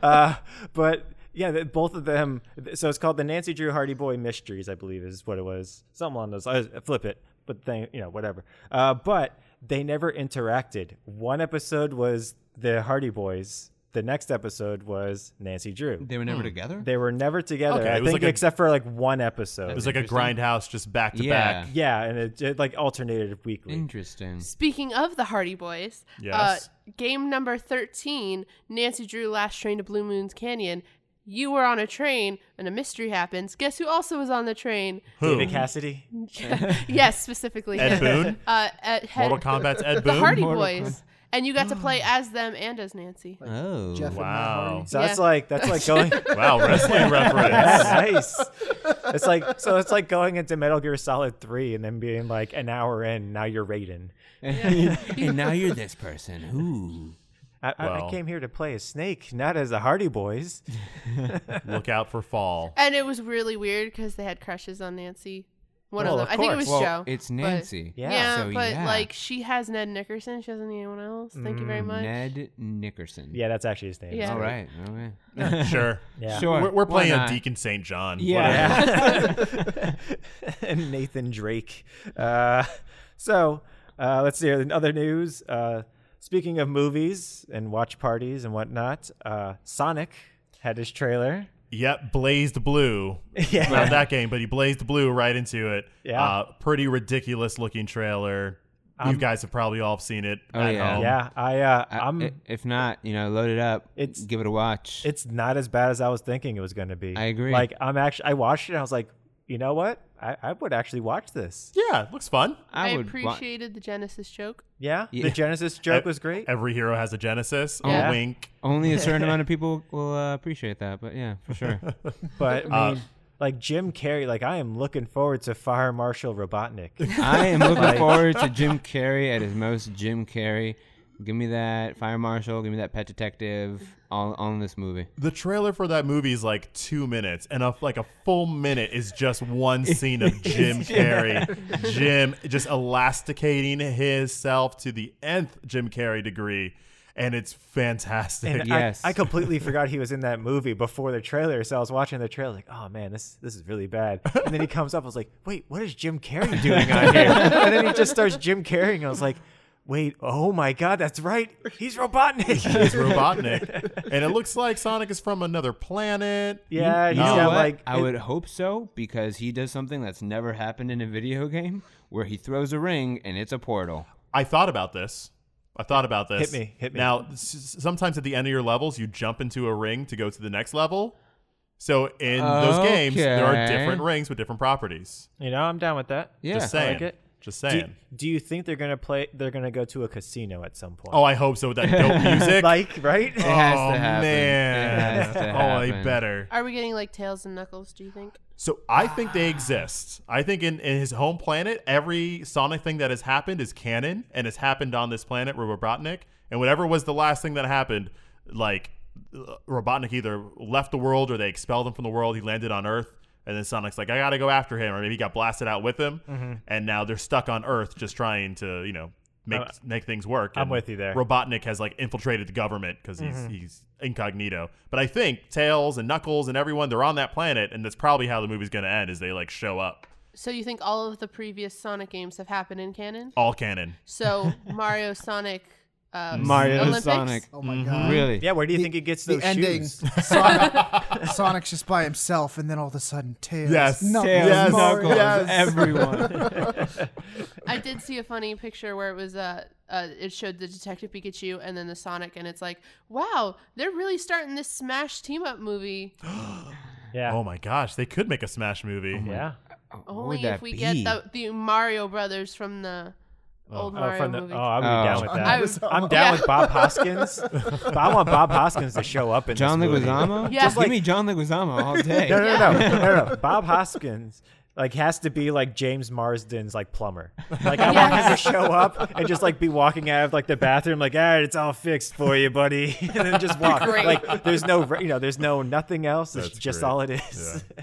uh, but yeah, the, both of them. So it's called the Nancy Drew Hardy Boy Mysteries, I believe, is what it was. Something along those. I flip it, but they, you know, whatever. Uh, but they never interacted. One episode was the Hardy Boys. The next episode was Nancy Drew.
They were never together.
Hmm. They were never together.
Okay,
I
it was
think,
like a-
except for like one episode.
It was like a grindhouse just back to
Yeah.
back.
yeah, and it, it like alternated weekly.
Interesting.
Speaking of the Hardy Boys, uh,
Yes.
game number 13, Nancy Drew Last Train to Blue Moon's Canyon. You were on a train and a mystery happens. Guess who also was on the train?
Who?
David Cassidy.
Mm, yes, specifically.
Ed
him.
Boone?
Uh, Ed, head,
Mortal Kombat's Ed
The
Boone?
Hardy
Mortal
Boys. And you got to play as them and as Nancy.
Oh.
Jeff
Wow.
and Matt Hardy.
So that's
Yeah.
like that's like going.
Wow, wrestling reference.
That's nice. It's like so. It's like going into Metal Gear Solid Three and then being like an hour in. Now you're Raiden.
and now you're this person. Who?
I, I- I
Well.
came here to play as Snake, not as the Hardy Boys.
Look out for fall.
And it was really weird because they had crushes on Nancy. One
Well,
of them.
of
I think it
course.
was
Well,
Joe.
it's
but-
Nancy.
Yeah.
Yeah,
So,
but
yeah. Mm,
like she has Ned Nickerson. She doesn't need anyone else. Thank you very much.
Ned Nickerson.
Yeah, that's actually his name.
Yeah.
All right. All right.
Sure.
Yeah.
Sure.
We're, we're
Why
playing a
not?
Deacon St. John. Whatever.
Yeah. and Nathan Drake. Uh, so uh, let's see. In other news, uh, speaking of movies and watch parties and whatnot, uh, Sonic had his trailer.
Yep, blazed blue.
Yeah.
Not that game, but he blazed blue right into it.
Yeah. Um,
Uh, pretty ridiculous looking trailer. you guys have probably all seen it
Oh,
at
yeah.
home.
Yeah, I, uh,
I-
I'm.
i- if not, you know, load it up.
It's-
give it a watch.
it's not as bad as I was thinking it was going to be.
I agree.
Like I'm actually, I watched it. and I was like, you know what? I, I would actually watch this.
Yeah, it looks fun.
I,
would wa-
appreciated the Genesis joke.
Yeah,
Yeah.
the Genesis joke
Ev-
was great.
Every hero has a Genesis. A
Yeah.
wink.
only a certain amount of people will uh, appreciate that, but yeah, for sure.
But I
Uh,
mean, like Jim Carrey, like I am looking forward to Fire Marshal Robotnik.
I am
Like-
looking forward to Jim Carrey at his most Jim Carrey. Give me that fire marshal. Give me that pet detective. All on this movie.
The trailer for that movie is like two minutes, and a, like a full minute is just one scene of Jim Carrey, Jim just elasticating his self to the nth Jim Carrey degree, and it's fantastic.
And I-
Yes.
I, completely forgot he was in that movie before the trailer. So I was watching the trailer, like, oh man, this this is really bad. And then he comes up, I was like, wait, what is Jim Carrey doing on here? And then he just starts Jim Carreying. I was like, wait, oh my god, that's right, he's Robotnik.
It's Robotnik, and it looks like Sonic is from another planet.
yeah, he's
You know
got
what?
like
I would hope so because he does something that's never happened in a video game, where he throws a ring and it's a portal.
I thought about this. I thought about this.
Hit me, hit me.
Now, s- sometimes at the end of your levels, you jump into a ring to go to the next level. So in those games, there are
Okay.
different rings with different properties.
You know, I'm down with that.
Yeah.
Just
I
saying.
like it.
Just
Do,
saying.
do you think they're gonna play? They're gonna go to a casino at some point?
oh, I hope so with that dope
Oh,
music.
like right?
It has
oh
to happen.
man.
It has to
Oh, I
happen.
better.
Are we getting like tails and knuckles? Do you think?
So I think they exist. I think in, in his home planet, every Sonic thing that has happened is canon and has happened on this planet, with Robotnik. And whatever was the last thing that happened, like uh, Robotnik either left the world or they expelled him from the world. He landed on Earth. And then Sonic's like, I gotta go after him, or maybe he got blasted out with him,
Mm-hmm.
and now they're stuck on Earth, just trying to, you know, make
Uh,
make things work.
I'm
And
with you there.
Robotnik has like infiltrated the government because he's he's incognito. But I think Tails and Knuckles and everyone they're on that planet, and that's probably how the movie's gonna end. Is they like show up
So you think all of the previous Sonic games have happened in canon?
All canon.
So Mario Sonic uh,
Mario
Olympics?
Sonic.
Oh my god.
Really?
Yeah, where do you
The-
think it gets
The
those
ending.
shoes?
Sonic, Sonic's just by himself, and then all of a sudden, Tails.
Yes.
Knuckles,
Tails,
Yes,
Mario.
Knuckles,
yes.
everyone.
I did see a funny picture where it was uh, uh it showed the Detective Pikachu and then the Sonic and it's like, wow, they're really starting this Smash team up movie.
Yeah.
Oh my gosh, they could make a Smash movie.
yeah.
What would
Only
that
if we
be?
get the, the Mario brothers from the old
Oh,
Mario
from the, oh,
movie.
I would be
Oh.
down with that.
I
I,
was-
am down
Yeah.
with Bob Hoskins. but I want Bob Hoskins to show up in
John
this movie.
Leguizamo?
Yeah.
Just
Like-
give me John Leguizamo all day.
No, no, no, no, no, no. Bob Hoskins like has to be like James Marsden's like plumber. Like I want him to
Yes.
show up and just like be walking out of like the bathroom, like all right, it's all fixed for you, buddy, and then just walk.
Great.
Like there's no, you know, there's no nothing else. It's
That's
just
great.
all it is.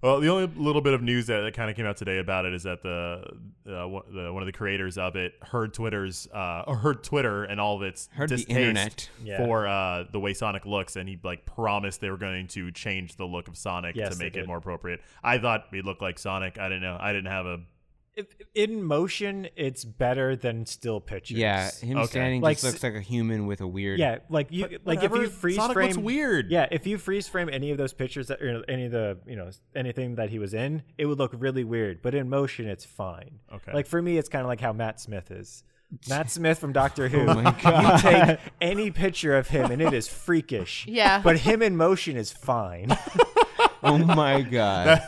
Well, the only little bit of news that, that kind of came out today about it is that the, uh, one- the one of the creators of it heard Twitter's uh, or heard Twitter and all of its
Heard the
distaste
internet.
Yeah.
for uh, the way Sonic looks, and he like promised they were going to change the look of Sonic
Yes,
to
they
make it
did.
more appropriate. I thought he looked like Sonic. I didn't know. I didn't have a
In motion, it's better than still pictures.
Yeah, him
Okay.
standing
Like
just looks
s-
like a human with a weird.
Yeah, like you, like if
whatever,
you freeze
Sonic
frame,
looks weird.
Yeah, if you freeze frame any of those pictures that, or any of the, you know, anything that he was in, it would look really weird. But in motion, it's fine.
Okay.
Like for me, it's kind of like how Matt Smith is. Matt Smith from Doctor Who.
my
You take any picture of him, and it is freakish.
Yeah.
But him in motion is fine.
Oh my god.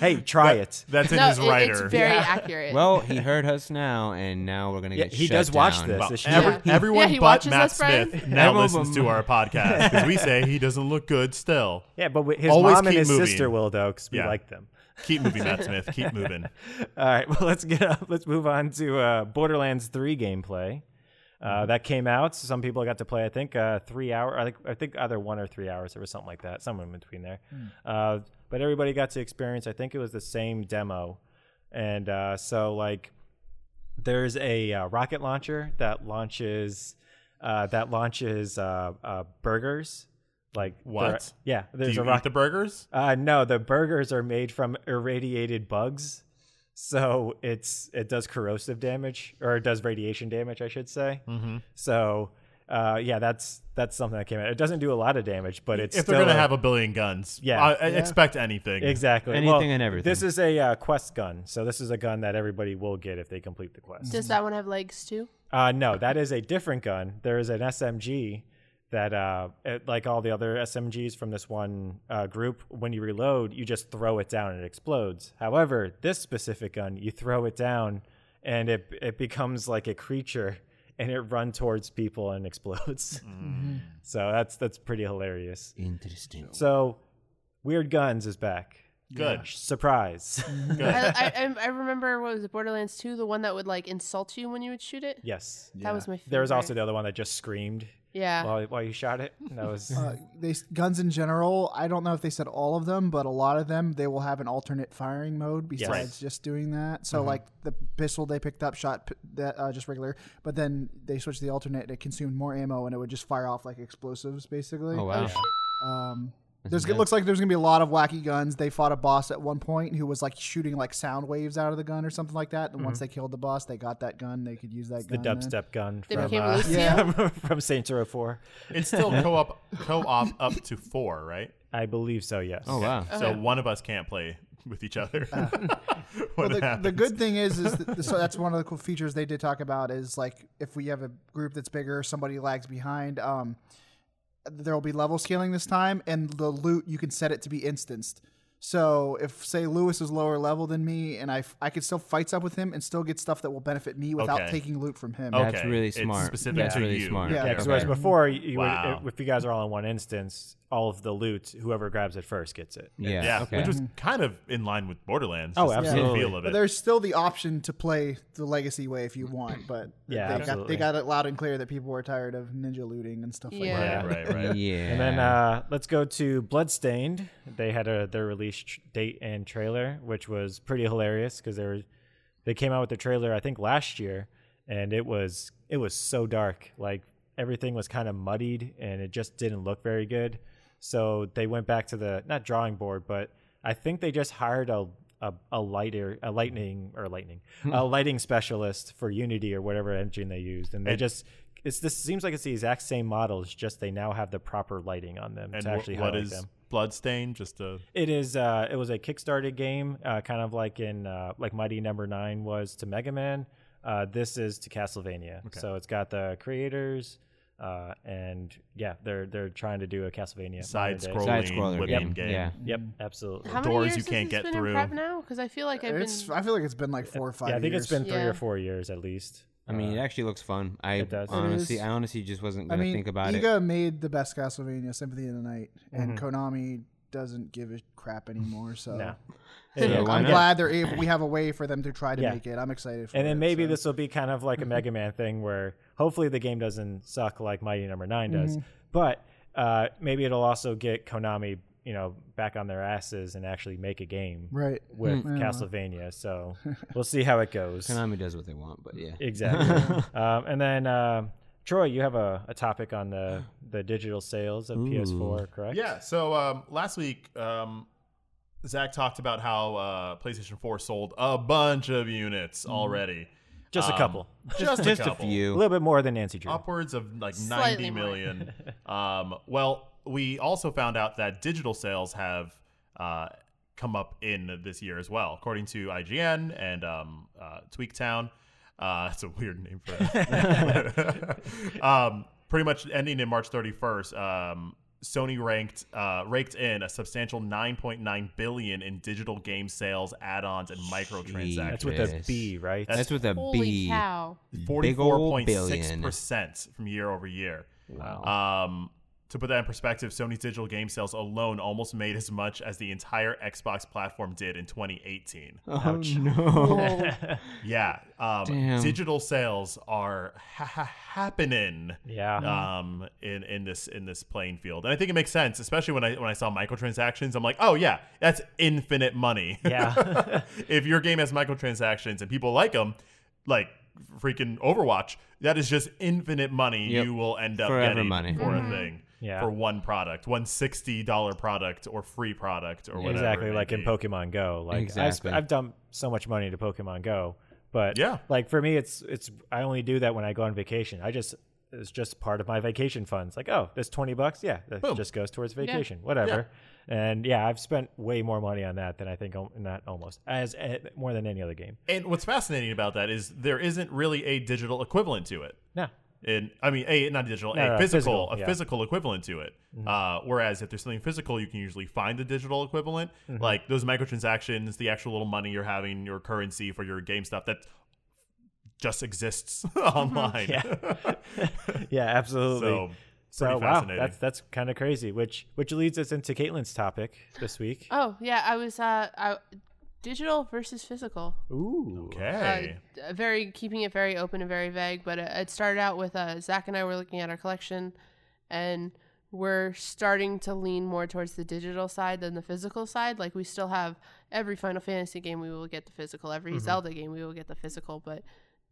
hey, try it.
That's in
no,
his
it-
writer.
it's very accurate.
well, he heard us now, and now we're gonna
Yeah,
get.
he
shut
does watch
down.
this.
Well,
It's
every-
just-
Yeah.
Everyone
Yeah, he
but
watches
Matt
us, Brian.
Smith now
Everyone but
listens to our podcast because we say he doesn't look good still.
yeah, but wi- his
Always
mom and
keep
his
moving.
sister will though, because we
Yeah.
like them.
Keep moving, Matt Smith. Keep moving.
All right, well let's get up. Let's move on to uh, Borderlands Three gameplay
Mm-hmm.
uh, that came out. Some people got to play. I think uh, three hour. I think I think either one or three hours. There was something like that, somewhere in between there.
Mm.
Uh, but everybody got to experience. I think it was the same demo, and uh, so like there's a uh, rocket launcher that launches uh, that launches uh, uh, burgers. Like there-
What?
Yeah,
Do
there's
you
a
eat
rocket.
the burgers?
Uh, no, the burgers are made from irradiated bugs, so it's it does corrosive damage or it does radiation damage, I should say.
Mm-hmm.
So, uh, yeah, that's that's something that came out. It doesn't do a lot of damage, but it's
if
still
they're gonna have a billion guns,
Yeah.
I, I expect anything.
exactly
Anything
Well,
and everything.
This is a uh, quest gun, so this is a gun that everybody will get if they complete the quest.
Does that one have legs too?
Uh, no, that is a different gun. There is an SMG that, uh, it, like all the other SMGs from this one uh, group, when you reload, you just throw it down and it explodes. However, this specific gun, you throw it down and it it becomes like a creature and it run towards people and explodes. so that's that's pretty hilarious.
Interesting.
So, Weird Guns is back.
Good.
Surprise.
I, I, I- I remember what was it, Borderlands 2, the one that would like insult you when you would shoot it.
yes.
Yeah.
That was my favorite.
There was also the other one that just screamed
yeah.
while, while you shot it. And that was
Uh, they guns in general. I don't know if they said all of them, but a lot of them they will have an alternate firing mode
Yes.
besides
Right. Uh-huh.
just doing that. So like the pistol they picked up shot p- that uh, just regular, but then they switched to the alternate. and It consumed more ammo and it would just fire off like explosives basically.
Oh wow.
Um, there's it looks like there's gonna be a lot of wacky guns. They fought a boss at one point who was like shooting like sound waves out of the gun or something like that. And once they killed the boss, they got that gun. They could use that
Mm-hmm. the
gun. then.
dubstep gun
They
from,
became
uh,
Lucio?
yeah, from Saints Row 4.
It's still co-op co-op up to four, right?
I believe so, yes.
Oh wow.
So one of us can't play with each other.
Uh.
Well,
when it
the, the
happens.
good thing is, is that, so that's one of the cool features they did talk about is like if we have a group that's bigger, somebody lags behind. Um, there will be level scaling this time, and the loot you can set it to be instanced. So if say Lewis is lower level than me, and I f- I could still fights up with him and still get stuff that will benefit me without
Okay.
taking loot from him.
Okay.
That's really
It's
smart.
specific
That's
to
really
you.
smart.
Yeah,
Yeah, 'cause whereas
Okay.
before, you, you
Wow.
would, if you guys are all in one instance, all of the loot, whoever grabs it first gets it.
Yeah.
yeah,
Okay.
which was kind of in line with Borderlands.
Oh,
just the
absolutely.
feel of
But
it.
there's still the option to play the legacy way if you want, but
Yeah,
they got
absolutely.
they got it loud and clear that people were tired of ninja looting and stuff like
Yeah.
that.
Right, right, right.
Yeah.
And then uh, let's go to Bloodstained. They had a their release tr- date and trailer, which was pretty hilarious because they were they came out with the trailer I think last year, and it was it was so dark, like everything was kind of muddied and it just didn't look very good. So they went back to the not drawing board, but I think they just hired a a, a lighter a lightning or lightning
Hmm.
a lighting specialist for Unity or whatever engine they used, and they
And-
just it's this seems like it's the exact same models, just they now have the proper lighting on them
And
to
wh-
actually
what
highlight
is
them.
Bloodstain? Just a
It is. Uh, it was a Kickstarter game, uh, kind of like in uh, like Mighty Number Nine was to Mega Man. Uh, this is to Castlevania.
Okay.
So it's got the creators, uh, and yeah, they're they're trying to do a Castlevania modern
side
day.
scrolling
Side scroller
wooden
game.
game.
Yeah.
Yep,
Mm.
absolutely.
How many
doors
years
you
has
can't
this
get
been in
through.
prep now? Because I feel like I've
It's.
been.
I feel like it's been like four or five.
yeah, I think
years.
it's been three
Yeah.
or four years at least.
I mean,
Uh,
it actually looks fun. I
It does. It
honestly,
is.
I honestly just wasn't
I
gonna
mean,
think about it.
Iga made the best Castlevania Symphony of the Night, and
Mm-hmm.
Konami doesn't give a crap anymore. So
No.
So
Yeah,
why
I'm
not?
glad they're able. We have a way for them to try to
Yeah.
make it. I'm excited for.
and then
it,
maybe
so. Mm-hmm.
this will be kind of like a Mega Man thing where hopefully the game doesn't suck like Mighty Number Nine does,
Mm-hmm.
but uh, maybe it'll also get Konami, you know, back on their asses and actually make a game
Right.
with
Mm. Yeah.
Castlevania. So we'll see how it goes.
Konami does what they want, but yeah.
Exactly. um, and then uh, Troy, you have a, a topic on the the digital sales of PS4, correct?
Yeah. So um, last week, um, Zach talked about how uh, PlayStation 4 sold a bunch of
Mm-hmm.
units already.
Just a
Um,
couple,
Just,
Just
a
a
couple.
a
few.
little bit more than Nancy Drew.
Upwards of like 90
Slightly more.
million. um, well, we also found out that digital sales have uh, come up in this year as well, according to IGN and um, uh, Tweaktown. Uh, it's a weird name for it. um, pretty much ending in March 31st, um, Sony ranked uh, raked in a substantial 9.9 billion in digital game sales, add-ons, and microtransactions.
That's with a
Yes.
B, right?
That's with a B.
Holy cow!
Big ol'
44.6% from year over year. Wow. Um, to put that in perspective, Sony's digital game sales alone almost made as much as the entire Xbox platform did in 2018.
Oh no.
Yeah. Um,
Damn.
Digital sales are ha- ha- happening
yeah.
Uh,
Mm-hmm.
um in in this in this playing field and i think it makes sense especially when i when i saw microtransactions i'm like oh yeah that's infinite money
Yeah.
if your game has microtransactions and people like them like freaking overwatch that is just infinite money
Yep.
you will end up
Forever
getting
money.
for a thing
Yeah.
for one product one sixty dollar product or free product or whatever
exactly
it may
like in
be.
Pokemon Go. Like I've, sp-
Exactly.
I've dumped so much money into Pokemon Go, but
Yeah.
like for me, it's it's I only do that when I go on vacation. I just it's just part of my vacation funds. Like oh, this twenty bucks, yeah, that
Boom.
just goes towards vacation, whatever. And yeah, I've spent way more money on that than I think. al- Not almost as eh, more than any other game.
and what's fascinating about that is there isn't really a digital equivalent to it
No,
in I mean a not digital
No,
a
no,
physical,
physical, yeah.
a
Mm-hmm.
physical equivalent to it. Uh, whereas if there's something physical, you can usually find the digital equivalent,
Mm-hmm.
like those microtransactions, the actual little money you're having, your currency for your game stuff that just exists
Mm-hmm.
online.
yeah, absolutely.
so
So, wow,
fascinating.
that's that's kind of crazy. Which which leads us into Caitlin's topic this week.
Oh yeah, I was. Uh, I, digital versus physical.
Ooh,
okay,
uh, very keeping it very open and very vague. But it, it started out with uh, Zach and I were looking at our collection, and we're starting to lean more towards the digital side than the physical side. Like we still have every Final Fantasy game, we will get the physical. Every Zelda game, we will get the physical. But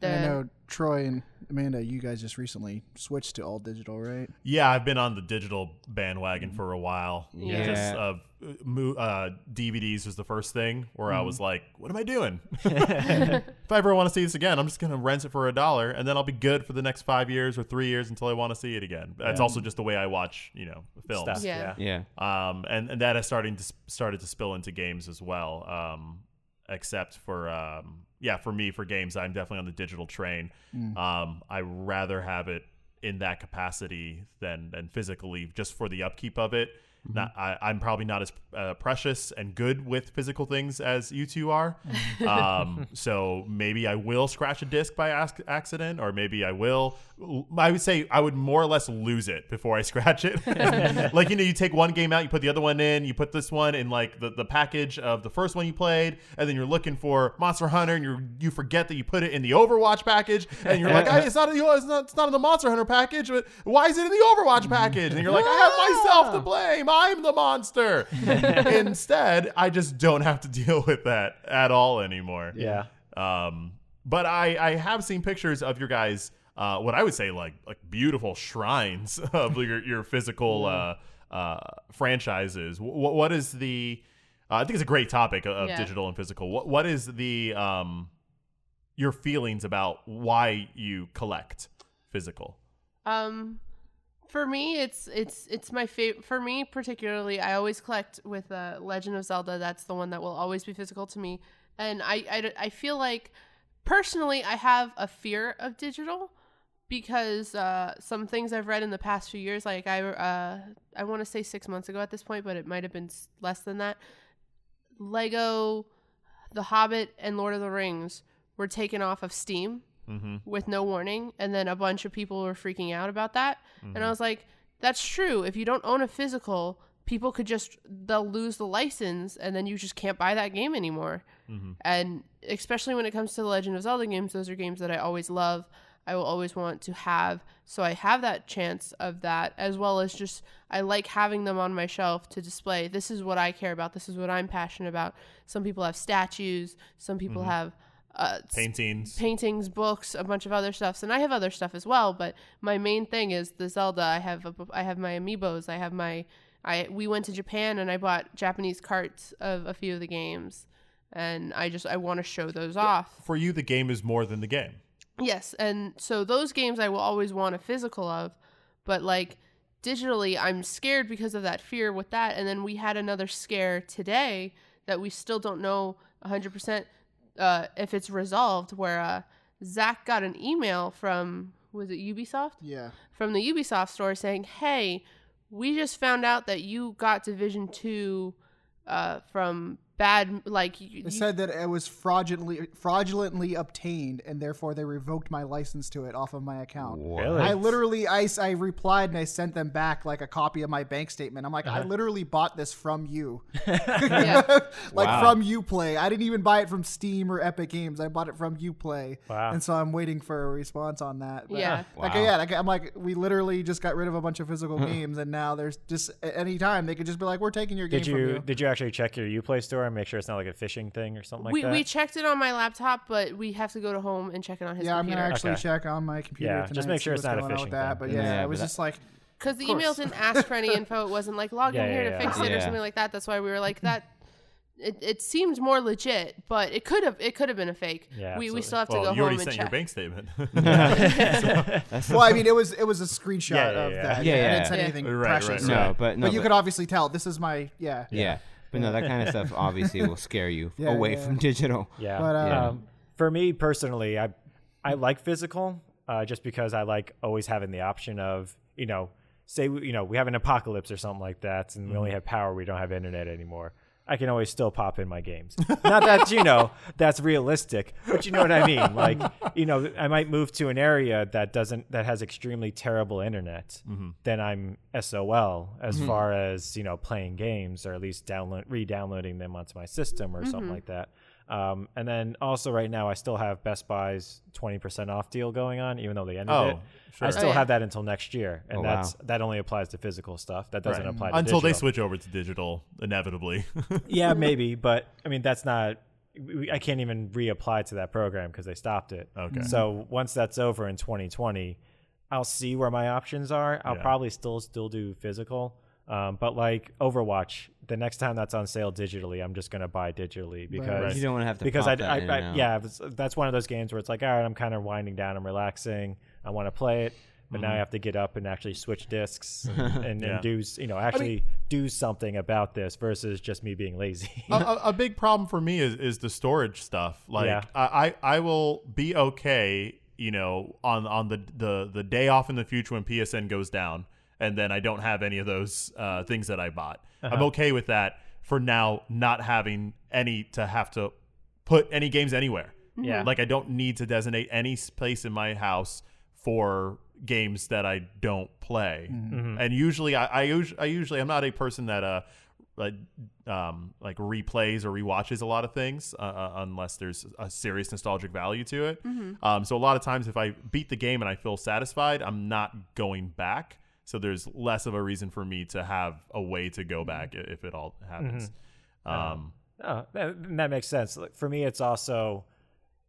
the
And I know Troy and Amanda, you guys just recently switched to all digital, right?
yeah, I've been on the digital bandwagon for a while.
Yeah.
Just, uh, mo- uh, DVDs was the first thing where I was like, "What am I doing?" if I ever want to see this again, I'm just gonna rent it for a dollar, and then I'll be good for the next five years or three years until I want to see it again. That's also just the way I watch, you know, films.
stuff.
Yeah.
yeah.
yeah.
Um, and and that has starting to sp- started to spill into games as well. Um, except for um, yeah, for me for games, I'm definitely on the digital train. Um, I rather have it in that capacity than than physically, just for the upkeep of it. Not, I, I'm probably not as uh, precious and good with physical things as you two are. Um, so maybe I will scratch a disc by ac- accident, or maybe I will. I would say I would more or less lose it before I scratch it. like you know, you take one game out, you put the other one in, you put this one in like the, the package of the first one you played, and then you're looking for Monster Hunter, and you you forget that you put it in the Overwatch package, and you're like, hey, it's not in the it's not, it's not in the Monster Hunter package, but why is it in the Overwatch package? And you're like, I have myself to blame. I'm the monster. Instead, I just don't have to deal with that at all anymore.
Yeah.
Um, but I, I have seen pictures of your guys, uh, what I would say like like beautiful shrines of your your physical uh, uh, franchises. W- what is the Uh, I think it's a great topic of, of
Yeah.
digital and physical. What what is the um your feelings about why you collect physical?
Um, for me, it's it's it's my favorite. For me, particularly, I always collect with uh, Legend of Zelda. That's the one that will always be physical to me, and I I, d- I feel like personally, I have a fear of digital because uh, some things I've read in the past few years, like I uh, I want to say six months ago at this point, but it might have been s- less than that. Lego, The Hobbit, and Lord of the Rings were taken off of Steam
Mm-hmm.
with no warning and then a bunch of people were freaking out about that and i was like that's true if you don't own a physical people could just they'll lose the license and then you just can't buy that game anymore
Mm-hmm.
and especially when it comes to the legend of zelda games those are games that i always love i will always want to have so i have that chance of that as well as just i like having them on my shelf to display this is what i care about this is what i'm passionate about some people have statues some people
Mhm.
have uh,
Paintings.
paintings, books, a bunch of other stuffs, and I have other stuff as well. But my main thing is the Zelda. I have a, I have my amiibos. I have my I we went to Japan and I bought Japanese carts of a few of the games, and I just I want to show those off.
For you, the game is more than the game.
Yes, and so those games I will always want a physical of, but like digitally I'm scared because of that fear with that. And then we had another scare today that we still don't know 100% uh, if it's resolved, where uh, Zach got an email from was it Ubisoft?
Yeah.
from the Ubisoft store saying, "Hey, we just found out that you got Division Two uh, from bad like you,
They said that it was fraudulently fraudulently obtained, and therefore they revoked my license to it off of my account.
Really?
I literally, I, s- I replied and I sent them back like a copy of my bank statement. I'm like,
Uh-huh.
I literally bought this from you,
Yeah.
like
Wow.
from UPlay. I didn't even buy it from Steam or Epic Games. I bought it from UPlay,
Wow.
and so I'm waiting for a response on that. But- uh,
Yeah.
Like,
Wow.
yeah, like, I'm like, we literally just got rid of a bunch of physical
Hmm.
games, and now there's just at any time they could just be like, we're taking your
Did
game
you,
from you.
did you actually check your UPlay store and make sure it's not like a phishing thing or something like
we
that?
we checked it on my laptop, but we have to go to home and check it on his
Yeah, I'm gonna
computer
actually
Okay.
check on my computer
Yeah,
tonight.
just
and
make
see
sure it's
what's
not a
going on
phishing
with that.
thing.
But
Yeah,
yeah,
but
it was
that-
just like
because the
course.
email didn't ask for any info. It wasn't like log
Yeah,
in here
yeah,
to
yeah.
fix it or
Yeah.
something like that. That's why we were like that. It, it seemed more legit, but it could have it could have been a fake.
Yeah,
we, we
absolutely.
still have to
Well,
go
you already
home and
sent your
check.
bank statement.
well, I mean, it was it was a screenshot
Yeah, yeah,
of
yeah.
that.
Yeah,
I
yeah.
didn't say
Yeah.
anything
Right, right, right.
precious.
no, but no,
but you
but-
could obviously tell this is my yeah.
yeah. But no, that kind of stuff obviously will scare you
Yeah,
away
yeah.
from digital.
Yeah.
But uh,
Yeah.
um, for me personally, I I like physical uh, just because I like always having the option of you know say we, you know we have an apocalypse or something like that, and we only have power, we don't have internet anymore. I can always still pop in my games. Not that you know that's realistic, but you know what I mean. Like you know, I might move to an area that doesn't that has extremely terrible internet. Then I'm SOL as far as you know playing games or at least download re-downloading them onto my system or something like that. Um, and then also right now, I still have Best Buy's 20% off deal going on, even though they ended
Oh,
it.
sure.
I
Oh,
still
yeah.
have that until next year, and
Oh,
that's
wow.
that only applies to physical stuff. That doesn't apply to
Until they
digital.
switch over to digital, inevitably.
Yeah, maybe, but I mean that's not. we- I can't even reapply to that program because they stopped it.
Okay.
So once that's over in 2020, I'll see where my options are. I'll
Yeah.
probably still still do physical. Um, but like Overwatch, the next time that's on sale digitally, I'm just gonna buy digitally because
You don't want to have to
because I,
pop that
I,
in and
I
out.
yeah, it's- that's one of those games where it's like, all right, I'm kind of winding down, I'm relaxing, I want to play it, but
Mm-hmm.
now I have to get up and actually switch discs and, and,
Yeah.
and do s- you know actually do something about this versus just me being lazy.
a, a- a big problem for me is, is the storage stuff. Like
Yeah.
I, I I will be okay, you know, on on the, the the day off in the future when PSN goes down, and then I don't have any of those uh, things that I bought. I'm okay with that for now, not having any to have to put any games anywhere.
Yeah.
like I don't need to designate any space in my house for games that I don't play. And usually, I I, us- I usually I'm not a person that uh like um like replays or rewatches a lot of things uh, uh, unless there's a serious nostalgic value to it.
Mm-hmm.
Um, so a lot of times, if I beat the game and I feel satisfied, I'm not going back. So there's less of a reason for me to have a way to
Mm-hmm.
go back i- if it all happens. Um,
Uh, Oh, that, that makes sense. Like, for me, it's also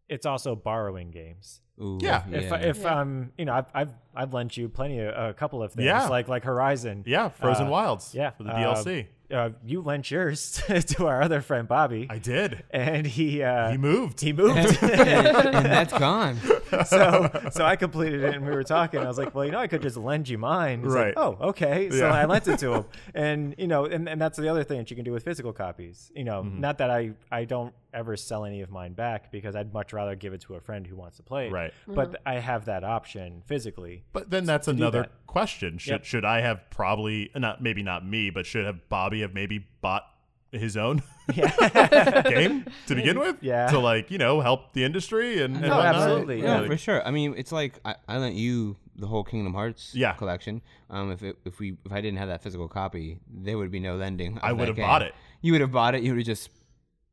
it's also borrowing games.
Ooh,
Yeah.
If if
Yeah.
um you know I've I've I've lent you plenty of a couple of things
Yeah.
like like Horizon.
Yeah, Frozen
Uh,
Wilds.
yeah,
for the
uh,
DLC.
Uh, you lent yours to our other friend Bobby,
I did.
and he uh,
He moved.
he moved.
and that's gone.
so so I completed it and we were talking. I was like, well, you know, I could just lend you mine. He's
Right.
like, oh, okay. So
Yeah.
I lent it to him. And you know, and, and that's the other thing that you can do with physical copies. You know,
Mm-hmm.
not that I I don't ever sell any of mine back because I'd much rather give it to a friend who wants to play. it.
Right.
But I have that option physically.
But then that's another
that.
question. Should
Yep.
should I have probably not maybe not me, but should have Bobby have maybe bought his own game to begin with?
Yeah.
To like, you know, help the industry and, and
No,
whatnot?
absolutely.
Yeah,
Yeah.
for sure. I mean, it's like I, I lent you the whole Kingdom Hearts
Yeah.
collection. Um, if it, if we if I didn't have that physical copy, there would be no lending. of
I would
that
have
game.
bought it.
You would have bought it. You would have just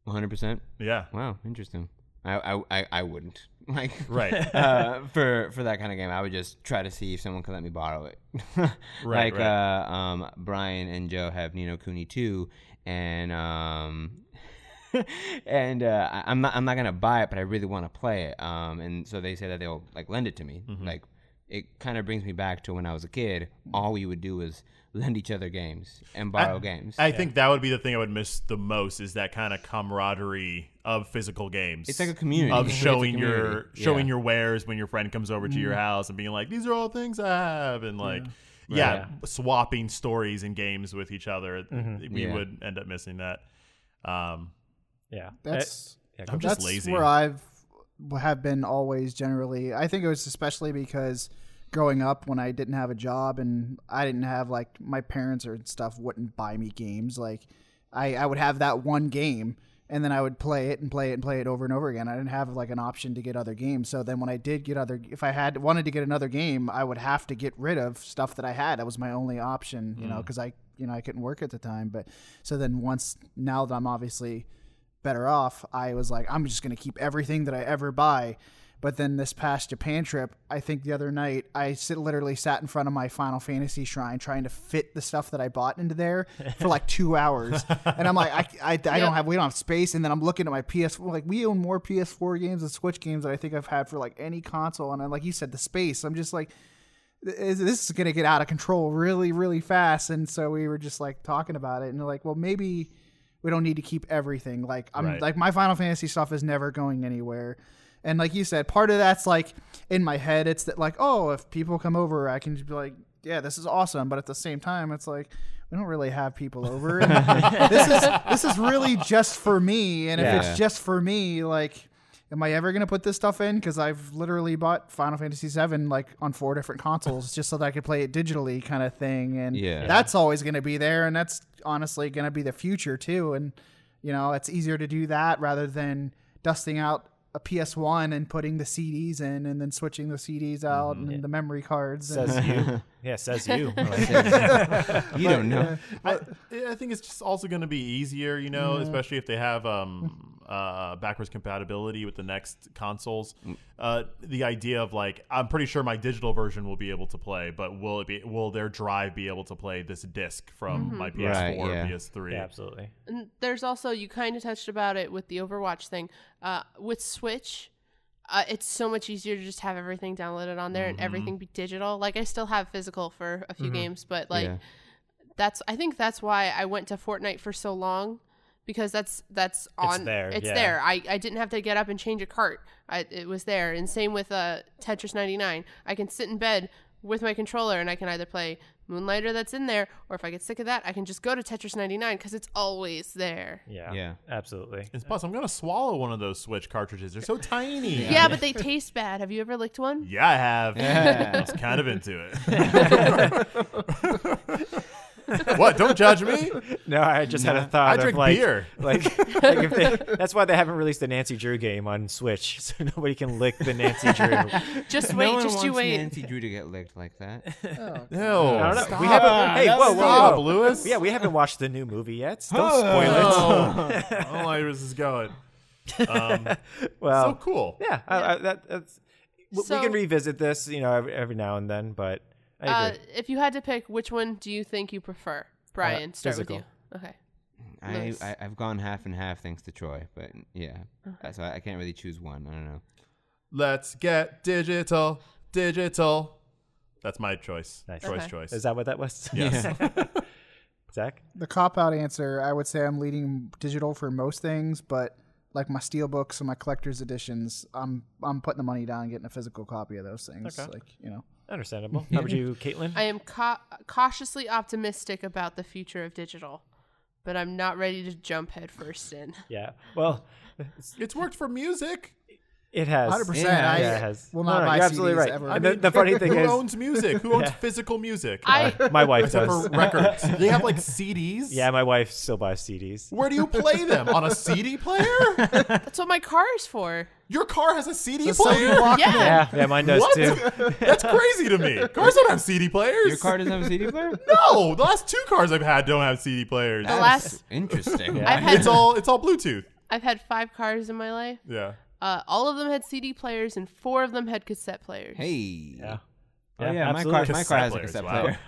100. percent
Yeah.
Wow, interesting. I I, I, I wouldn't like
Right.
uh, for for that kind of game. I would just try to see if someone could let me borrow it.
Right,
like Uh, um, Brian and Joe have Nino Cooney two, and um, and uh, I- I'm not I'm not gonna buy it, but I really want to play it. Um, and so they say that they'll like lend it to me.
Mm-hmm.
Like it kind of brings me back to when I was a kid. All we would do was lend each other games and borrow games.
I think that would be the thing I would miss the most is that kind of camaraderie of physical games.
it's like a community
of
It's a
showing your
community.
showing
Yeah.
your wares when your friend comes over to your house and being like, "These are all things I have," and like, yeah, swapping stories and games with each other. We
Yeah.
would end up missing that. Um,
Yeah.
That's
Eh, yeah,
I'm
go-
just
that's
lazy.
where I've have been always generally. I think it was especially because growing up when I didn't have a job and I didn't have like my parents or stuff wouldn't buy me games. Like I, I would have that one game and then I would play it and play it and play it over and over again. I didn't have like an option to get other games. So then when I did get other if I had wanted to get another game, I would have to get rid of stuff that I had. That was my only option, you
Mm.
know, 'cause know, cuz I you know, I couldn't work at the time, but so then once now that I'm obviously better off, I was like, I'm just going to keep everything that I ever buy. But then this past Japan trip, I think the other night, I sit, literally sat in front of my Final Fantasy shrine trying to fit the stuff that I bought into there for like two hours. and I'm like, I, I, I don't have, we don't have space. And then I'm looking at my PS4, like, we own more PS4 games and Switch games that I think I've had for like any console. And I'm like, you said the space. I'm just like, is- this is going to get out of control really, really fast. And so we were just like talking about it and they're like, well, maybe we don't need to keep everything. Like, I'm
Right.
like, my Final Fantasy stuff is never going anywhere. And like you said, part of that's like in my head, it's that like, oh, if people come over, I can just be like, yeah, this is awesome. But at the same time, it's like, we don't really have people over. And this is this is really just for me. And if
Yeah.
it's just for me, like am I ever gonna put this stuff in? Because I've literally bought Final Fantasy VII like on four different consoles just so that I could play it digitally, kind of thing. And
Yeah.
that's always gonna be there, and that's honestly gonna be the future too. And you know, it's easier to do that rather than dusting out a PS1 and putting the CDs in, and then switching the CDs out and the memory cards. And,
says you. Yeah, says you.
you don't know.
I, I think it's just also going to be easier, you know, especially if they have um, uh, backwards compatibility with the next consoles. Uh, the idea of like, I'm pretty sure my digital version will be able to play, but will it be? Will their drive be able to play this disc from
Mm-hmm.
my PS4 or
Right, yeah.
PS3?
yeah, absolutely.
And there's also you kind of touched about it with the Overwatch thing. Uh, with Switch, uh, it's so much easier to just have everything downloaded on there
Mm-hmm.
and everything be digital. Like I still have physical for a few
Mm-hmm.
games, but like
Yeah.
that's I think that's why I went to Fortnite for so long because that's that's on
there,
It's
yeah.
there. I, I didn't have to get up and change a cart. I, it was there. And same with uh, Tetris 99. I can sit in bed with my controller and I can either play Moonlighter that's in there, or if I get sick of that, I can just go to Tetris 99 because it's always there.
Yeah.
Yeah.
Absolutely.
And plus, I'm gonna swallow one of those Switch cartridges. They're so tiny.
Yeah, but they taste bad. Have you ever licked one?
Yeah, I have.
Yeah.
I was kind of into it. what? Don't judge me.
No, I just had a thought.
I
of
drink
like,
beer.
Like, like if they, that's why they haven't released the Nancy Drew game on Switch, so nobody can lick the Nancy Drew. I
Just
No
wait,
one
just
wants
you wait.
Nancy Drew to get licked like that.
No.
don't know.
Stop.
We haven't. Hey, whoa, whoa,
Stop,
whoa.
Lewis.
Yeah, we haven't watched the new movie yet. so Don't spoil
Oh, I don't like where this is going. Um,
it. Well,
so cool.
yeah, I, I, that, that's. w we
So-
can revisit this, you know, every, every now and then, but I
Uh,
agree.
if you had to pick, which one do you think you prefer? Brian,
Uh,
start
physical.
with you. Okay. Nice. Uh-huh.
I, I I've gone half and half thanks to Troy, but yeah, Uh, so I, I can't really choose one. I don't know.
Let's get digital, digital. That's my choice.
Nice.
Troy's
Okay.
choice.
Is that what that was?
Yes.
Zach?
The cop out answer, I would say I'm leading digital for most things, but like my steel books and my collector's editions, I'm I'm putting the money down and getting a physical copy of those things.
Okay.
Like, you know.
Understandable. How about you, Caitlin?
I am cau- cautiously optimistic about the future of digital, but I'm not ready to jump headfirst in.
yeah. Well,
it's worked for music.
it has.
100%.
Yeah,
I
Yeah, it has.
will not
no, no,
buy
you're absolutely
CDs
right.
ever.
And the, the funny thing
Who
is,
owns music? Who owns
Yeah.
physical music?
I
my wife
Except
does.
for records. They have like CDs.
Yeah, my wife still buys CDs.
Where do you play them? On a CD player?
that's what my car is for.
Your car has a CD
So
player?
you walk
Yeah.
Yeah, yeah, mine does
What?
too.
That's crazy to me. Cars don't have CD players.
Your car doesn't have a CD player?
no, the last two cars I've had don't have CD players.
The last
Interesting.
I've had
It's all it's all Bluetooth.
I've had five cars in my life.
Yeah.
Uh, all of them had CD players, and four of them had cassette players.
Hey.
Yeah.
Oh yeah, my
absolutely.
car, my car has a
Cassette
cassette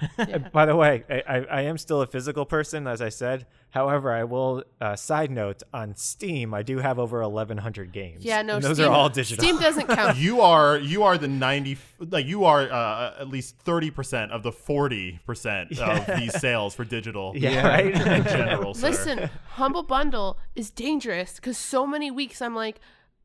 players,
player.
By the way, I, I, I am still a physical person, as I said. However, I will uh, side note on Steam, I do have over 1,100 games.
Yeah, no.
and those
Steam,
are all digital.
Steam doesn't count.
You are you are the ninety like you are uh, at least thirty percent of the forty percent of these sales for digital.
yeah,
Yeah.
in
right.
general. sir.
Listen, Humble Bundle is dangerous because so many weeks I'm like,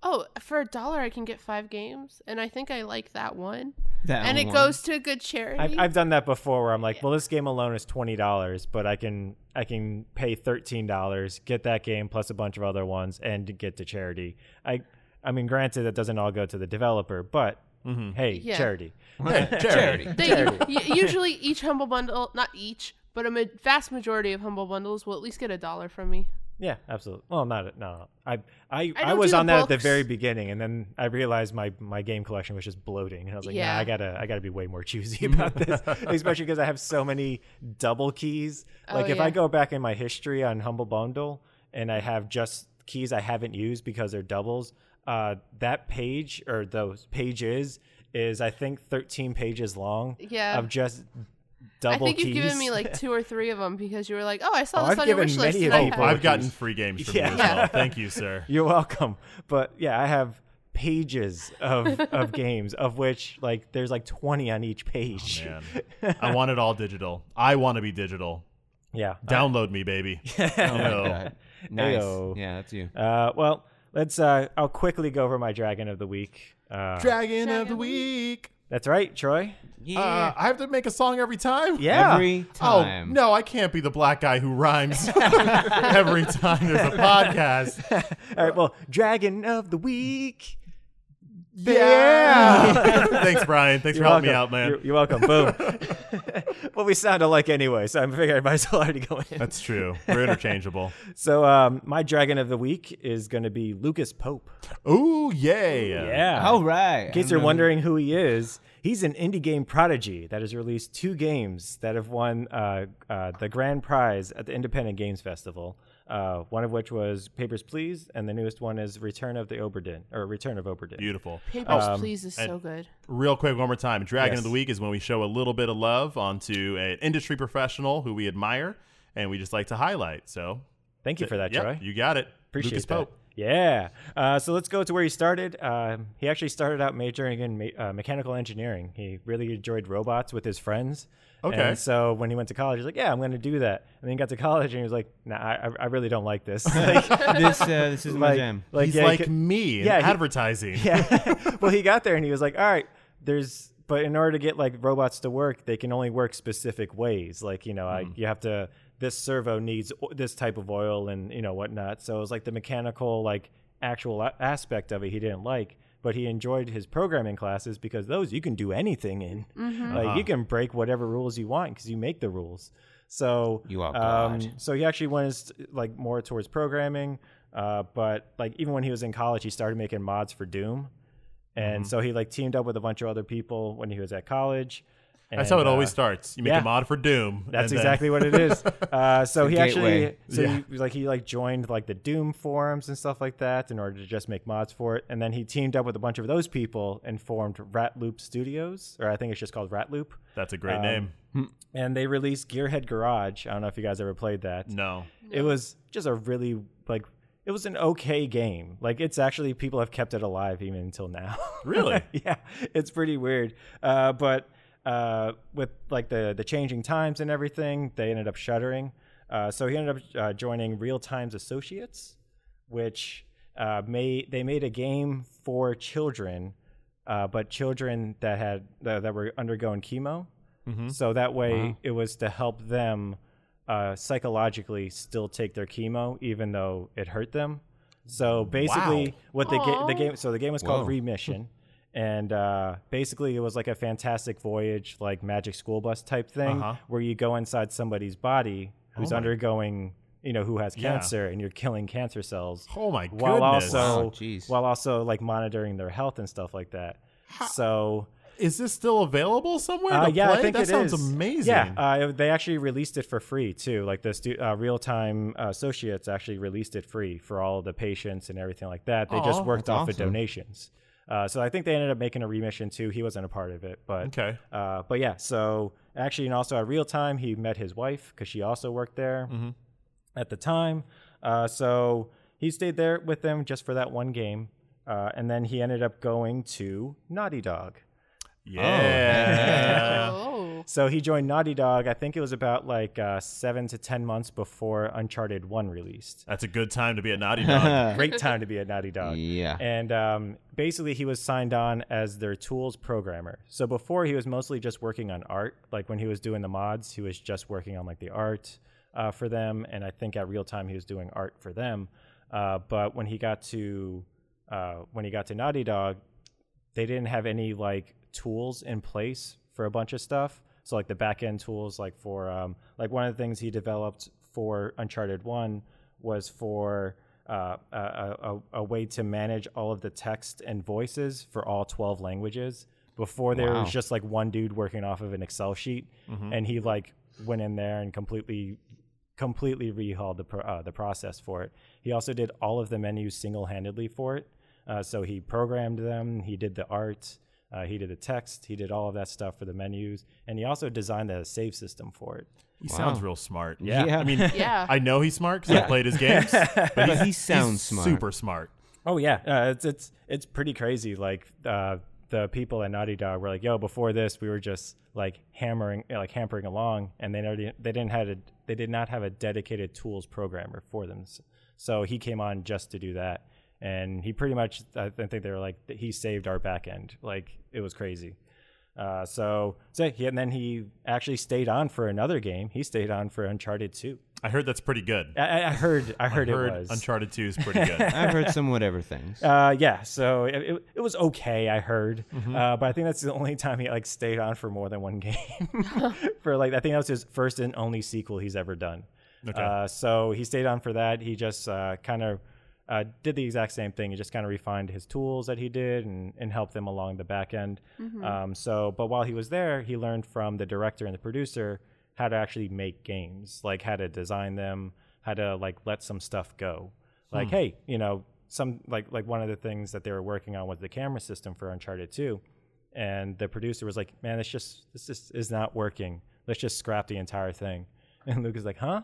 oh, for a dollar I can get five games, and I think I like that one,
That
and it
one.
goes to a good charity.
I've, I've done that before, where I'm like, well, this game alone is twenty dollars, but I can I can pay thirteen dollars, get that game plus a bunch of other ones, and get to charity. I I mean, granted, that doesn't all go to the developer, but hey,
Yeah.
charity.
Hey, charity.
Charity.
They u- usually each humble bundle, not each, but a ma- vast majority of humble bundles will at least get a dollar from me.
Yeah, absolutely. Well, not no. no. I I,
I
I,
don't
was
do the
on that at the
books.
very beginning, and then I realized my my game collection was just bloating, and I was like, yeah,
Yeah.
I gotta I gotta be way more choosy about this, especially because I have so many double keys. Like if
Oh, yeah.
I go back in my history on Humble Bundle and I have just keys I haven't used because they're doubles, uh, that page or those pages is I think thirteen pages long.
Yeah.
of just double.
I think
keys.
you've given me like two or three of them because you were like, oh, I saw
Oh,
this
I've
on your
given
wish list.
many
And
of
I
people.
have-
I've gotten free games from
Yeah.
you as well. Thank you, sir.
You're welcome. But yeah, I have pages of of games of which like there's like 20 on each page.
Oh, Man, I want it all digital. I want to be digital.
yeah.
Download me, baby.
Oh my god. Nice.
Ayo.
Yeah, that's you.
Uh well, let's uh I'll quickly go over my dragon of the week. Uh
Dragon of the week.
That's right, Troy.
Uh, I have to make a song every time.
Yeah.
Every
Oh
time.
no, I can't be the black guy who rhymes every time there's a podcast.
All right, well, dragon of the week.
Thanks, Brian. Thanks for helping me out, man.
You're, you're welcome. Boom. well, we sound alike anyway, so I'm figuring I might as well already go in.
That's true. We're interchangeable.
So, um, my dragon of the week is going to be Lucas Pope.
Ooh, yay.
Yeah.
All right.
In case
um,
you're wondering who he is, he's an indie game prodigy that has released two games that have won uh, uh, the grand prize at the Independent Games Festival. Uh, one of which was Papers, Please, and the newest one is Return of the Oberdin or Return of Oberdin.
Beautiful.
Papers,
Um,
Please is so good.
Real quick, one more time. Dragon
Yes.
of the Week is when we show a little bit of love onto an industry professional who we admire and we just like to highlight. So,
Thank you for that,
yep,
Troy.
you got it.
Appreciate
Lucas
that.
Pope.
Yeah. Uh, so let's go to where he started. Um he actually started out majoring in me- uh, mechanical engineering. He really enjoyed robots with his friends.
Okay.
And so when he went to college, he's like, "Yeah, I'm going to do that." And then he got to college and he was like, "Nah, I, I really don't like this." like,
this uh, this is my
like,
jam.
like,
He's
yeah,
like
c-
me in
yeah, he-
advertising.
yeah. well, he got there and he was like, all right, there's, but in order to get like robots to work, they can only work specific ways. Like, you know, I, you have to, this servo needs o- this type of oil and, you know, whatnot. So it was like the mechanical, like actual a- aspect of it he didn't like. But he enjoyed his programming classes because those you can do anything in.
Mm-hmm.
Like
Uh-huh.
you can break whatever rules you want because you make the rules. So um,
You are God.
so he actually went his, like more towards programming, uh, but like even when he was in college, he started making
Mm-hmm.
mods for Doom, and so he like teamed up with a bunch of other people when he was at college,
That's how it
And,
always
uh,
starts. You make
yeah.
a mod for Doom.
That's
and then-
exactly what it is. Uh, so
a
he
gateway.
actually, so
Yeah.
he, like he like joined like the Doom forums and stuff like that in order to just make mods for it, and then he teamed up with a bunch of those people and formed Rat Loop Studios, or I think it's just called Rat Loop,
That's a great
Um,
name.
and they released Gearhead Garage. I don't know if you guys ever played that.
No.
It was just a really like it was an okay game. Like it's actually people have kept it alive even until now.
Really?
yeah, it's pretty weird. Uh, but uh, with like the the changing times and everything, they ended up shuttering. Uh, so he ended up uh, joining Real Times Associates, which uh, made they made a game for children, uh, but children that had that, that were undergoing chemo.
Mm-hmm.
So that way, it was to help them uh, psychologically still take their chemo, even though it hurt them. So basically,
Wow.
what the, ga-
Aw.
the game so the game was called
Whoa.
Remission, and uh, basically it was like a Fantastic Voyage, like Magic School Bus type thing,
Uh-huh.
where you go inside somebody's body who's
Oh my-
undergoing, you know, who has
Yeah.
cancer, and you're killing cancer cells
Oh my goodness. Oh,
while
Wow,
also
jeez.
while also like monitoring their health and stuff like that. So
is this still available somewhere?
uh,
to
yeah,
play?
I think
that
it
sounds
is.
amazing.
Yeah, uh, they actually released it for free too. Like the stu- uh, real time uh, associates actually released it free for all the patients and everything like that. They
Aw,
just worked
that's
off of
awesome.
donations. Uh, so I think they ended up making a remission too. He wasn't a part of it, but
okay.
uh, but yeah. So actually, and also at real time, he met his wife because she also worked there
Mhm.
at the time. Uh, so he stayed there with them just for that one game, uh, and then he ended up going to Naughty Dog. uh,
Yeah.
oh.
So he joined Naughty Dog. I think it was about like uh, seven to ten months before Uncharted One released.
That's a good time to be a naughty dog.
Great time to be at Naughty Dog.
yeah.
And um, basically, he was signed on as their tools programmer. So before, he was mostly just working on art. Like when he was doing the mods, he was just working on like the art uh, for them. And I think at real time, he was doing art for them. Uh, but when he got to uh, when he got to Naughty Dog, they didn't have any like tools in place for a bunch of stuff. So like the back end tools, like for um, like one of the things he developed for Uncharted One was for uh, a, a, a- a way to manage all of the text and voices for all twelve languages. Before there
Wow.
was just like one dude working off of an Excel sheet, and he like went in there and completely completely rehauled the pro- uh, the process for it. He also did all of the menus single handedly for it. Uh, so he programmed them, he did the art, uh, he did the text, he did all of that stuff for the menus, and he also designed the save system for it.
He sounds real smart.
Yeah.
I mean,
Yeah.
I know he's smart because I played his games, but he's,
he sounds
he's
smart.
Super smart.
Oh yeah, uh, it's it's it's pretty crazy. Like uh, the people at Naughty Dog were like, "Yo, before this, we were just like hammering, like hampering along, and they already they didn't had a they did not have a dedicated tools programmer for them." S- So he came on just to do that, and he pretty much I th- think they were like he saved our back end. Like it was crazy. Uh, so so he, and then he actually stayed on for another game. He stayed on for Uncharted Two.
I heard that's pretty good.
I, I- I heard I heard,
heard
it was
Uncharted 2 is pretty good.
I've heard some whatever things.
Uh, yeah, so it, it, it was okay, I heard, uh, but I think that's the only time he like stayed on for more than one game. for like, I think that was his first and only sequel he's ever done.
Okay.
Uh, so he stayed on for that. He just uh, kind of uh, did the exact same thing. He just kind of refined his tools that he did and, and helped them along the back end. Um, so, but while he was there, he learned from the director and the producer how to actually make games, like how to design them, how to like let some stuff go. Like, hey, you know, some like like one of the things that they were working on was the camera system for Uncharted 2 and the producer was like, "Man, this just this just is not working. Let's just scrap the entire thing." And Luke is like, "Huh?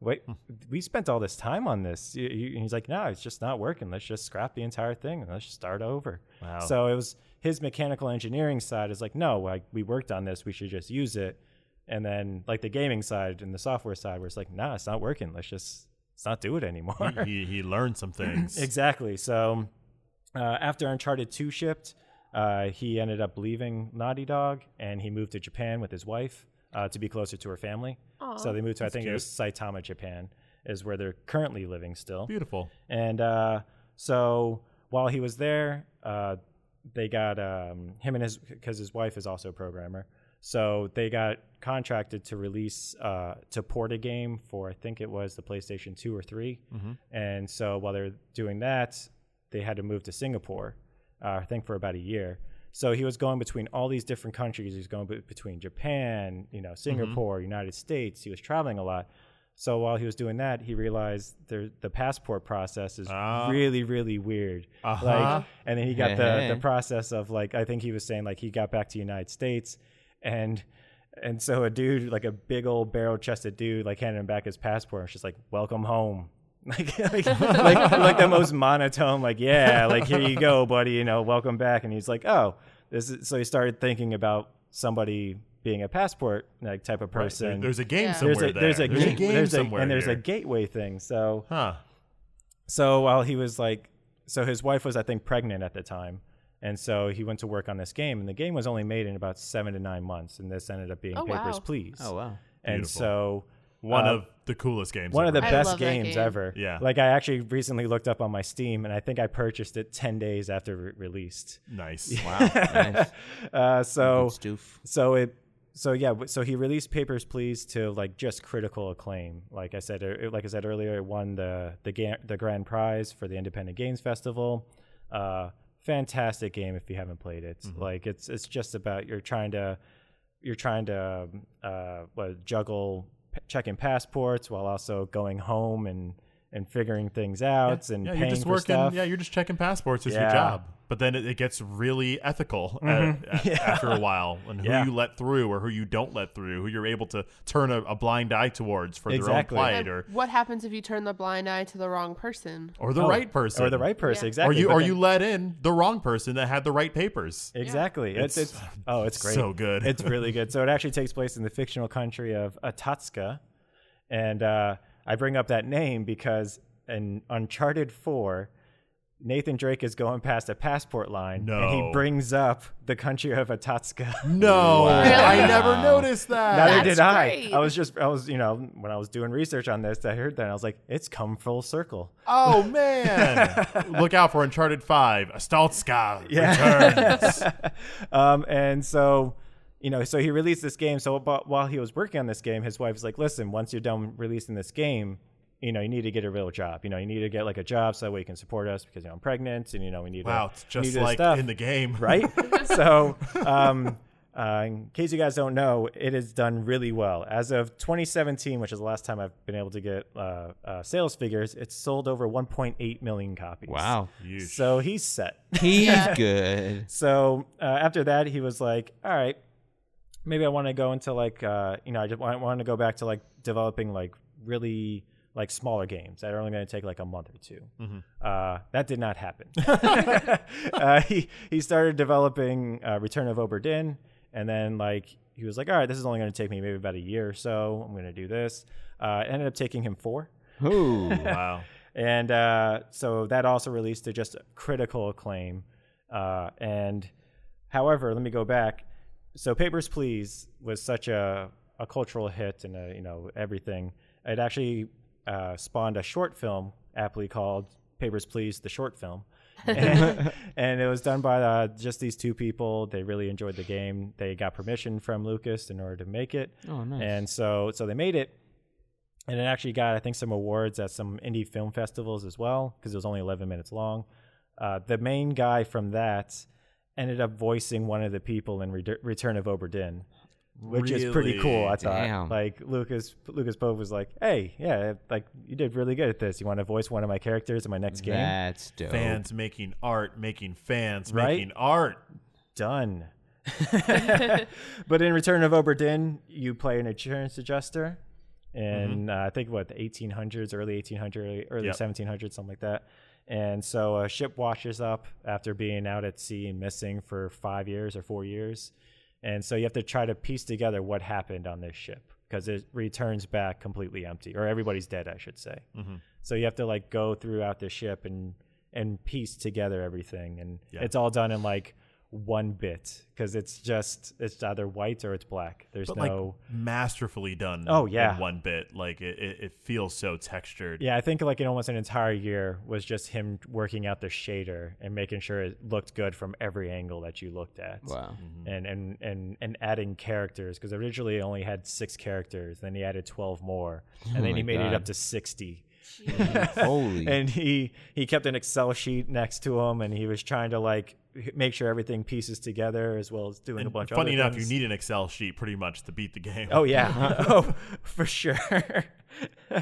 Wait, we spent all this time on this." You- you- And he's like, "No, it's just not working. Let's just scrap the entire thing and let's just start over."
Wow.
So it was his mechanical engineering side is like, "No, like we worked on this. We should just use it." And then like the gaming side and the software side where it's like, "Nah, it's not working. Let's just let's not do it anymore."
he, he, he learned some things.
Exactly. So uh, after Uncharted 2 shipped, uh, he ended up leaving Naughty Dog and he moved to Japan with his wife uh, to be closer to her family. So they moved to, I think it was Saitama, Japan, is where they're currently living still.
Beautiful.
And uh, so while he was there, uh, they got um, him and his because his wife is also a programmer. So they got contracted to release uh, to port a game for I think it was the PlayStation two or 3 And so while they're doing that, they had to move to Singapore, uh, I think for about a year. So he was going between all these different countries. He was going be- between Japan, you know, Singapore, United States. He was traveling a lot. So while he was doing that, he realized there, the passport process is
Ah.
really, really weird.
Uh-huh.
Like, and then he got the,
Hey.
the process of like I think he was saying like he got back to United States, and and so a dude like a big old barrel chested dude like handed him back his passport. and was just like, "Welcome home." Like, like, like, like the most monotone, like, yeah, like, here you go, buddy, you know, welcome back. And he's like, oh, this is, so he started thinking about somebody being a passport, like, type of
Right, there-
person.
there's a game
Yeah.
somewhere there.
there's a, gate-
game
there's a-
somewhere
and there's
here.
a gateway thing. So,
Huh.
so while he was like, so his wife was, I think, pregnant at the time. And so he went to work on this game, and the game was only made in about seven to nine months. And this ended up being
Oh,
Papers,
wow.
Please.
Oh wow.
And
Beautiful.
so
One
uh,
of the coolest games.
one of the
ever.
I
best
love that
games
game.
ever.
Yeah.
Like I actually recently looked up on my Steam, and I think I purchased it ten days after re- released.
nice.
Wow. nice.
Uh, so
Good stoof.
so it so yeah w- so he released papers please to like just critical acclaim like i said er, like i said earlier it won the the ga- the grand prize for the independent games festival uh fantastic game if you haven't played it
Mm-hmm.
like it's it's just about you're trying to you're trying to um, uh what, juggle p- checking passports while also going home and and figuring things out and
yeah,
paying
you're just
for
working.
stuff
Yeah, you're just checking passports. It's your
Yeah.
job. But then it, it gets really ethical a- a- after a while, and who
Mm-hmm. Yeah.
you let through or who you don't let through, who you're able to turn a, a blind eye towards for
Exactly.
their own
And
plight or
what happens if you turn the blind eye to the wrong person?
or the
Oh,
right person
or the right person
Yeah.
exactly
or you
But
or
then-
you let in the wrong person that had the right papers.
Exactly. It's,
It's-
it's, oh, it's great.
so good.
it's really good. So it actually takes place in the fictional country of Atatska, and uh, I bring up that name because in Uncharted Four, Nathan Drake is going past a passport line, and
No.
he brings up the country of Atatska.
No, Oh, I
Really?
never
Wow.
noticed
Neither
that.
That's
did I.
great.
I was just, I was, you know, when I was doing research on this, I heard that and I was like, it's come full circle.
oh man, look out for Uncharted Five. Astaltska returns.
um, and so you know so he released this game so but while he was working on this game his wife's like listen once you're done releasing this game you know you need to get a real job you know you need to get like a job so that way you can support us because you know, i'm pregnant and you know we need
Wow,
to,
it's
we need
just
this
like
stuff
in the game,
right? so, um, uh, in case you guys don't know, it has done really well. As of 2017, which is the last time I've been able to get uh, uh, sales figures, it's sold over 1.8 million copies.
Wow.
Yeesh.
So he's set.
He's good.
So uh, after that, he was like, "All right, maybe I want to go into like, uh, you know, I just want, want to go back to like developing like really like smaller games that are only going to take like a month or 2 Uh, that did not happen. uh, he he started developing uh, Return of Oberdin, and then like he was like, "All right, this is only going to take me maybe about a year or so. I'm going to do this." Uh, it ended up taking him four.
Ooh.
Wow.
And uh, so that also released to just critical acclaim. Uh, and however, let me go back. So Papers, Please was such a, a cultural hit and a, you know everything. It actually uh, spawned a short film aptly called Papers, Please, the short film. and, and it was done by uh, just these two people. They really enjoyed the game. They got permission from Lucas in order to make it.
Oh, nice.
And so so they made it. And it actually got, I think, some awards at some indie film festivals as well, because it was only 11 minutes long. Uh, the main guy from that ended up voicing one of the people in Re- Return of Oberdin, which is pretty cool. I thought,
Damn.
like Lucas, Lucas Pope was like, "Hey, yeah, like you did really good at this. You want to voice one of my characters in my next game?
That's dope.
fans making art, making fans,
Right?
making art.
done. but in Return of Oberdin, you play an insurance adjuster,
Mm-hmm.
and uh, I think what the 1800s, early 1800s, early
Yep.
1700s, something like that. And so a ship washes up after being out at sea and missing for five years or four years, and so you have to try to piece together what happened on this ship because it returns back completely empty, or everybody's dead, I should say.
Mm-hmm.
So you have to like go throughout the ship and and piece together everything, and
Yeah.
it's all done in like one bit because it's just it's either white or it's black. There's
But
no
like masterfully done.
Oh,
in
yeah.
one bit. Like it, it, it feels so textured.
yeah. I think like in almost an entire year was just him working out the shader and making sure it looked good from every angle that you looked at.
Wow.
Mm-hmm.
And, and and and adding characters because originally it only had six characters, then he added twelve more,
Oh
and then
my
he made
God.
it up to sixty.
Holy.
and he he kept an excel sheet next to him and he was trying to like make sure everything pieces together as well as doing a
And
bunch of
funny
other
enough,
things.
you need an Excel sheet pretty much to beat the game.
Oh yeah, oh for sure.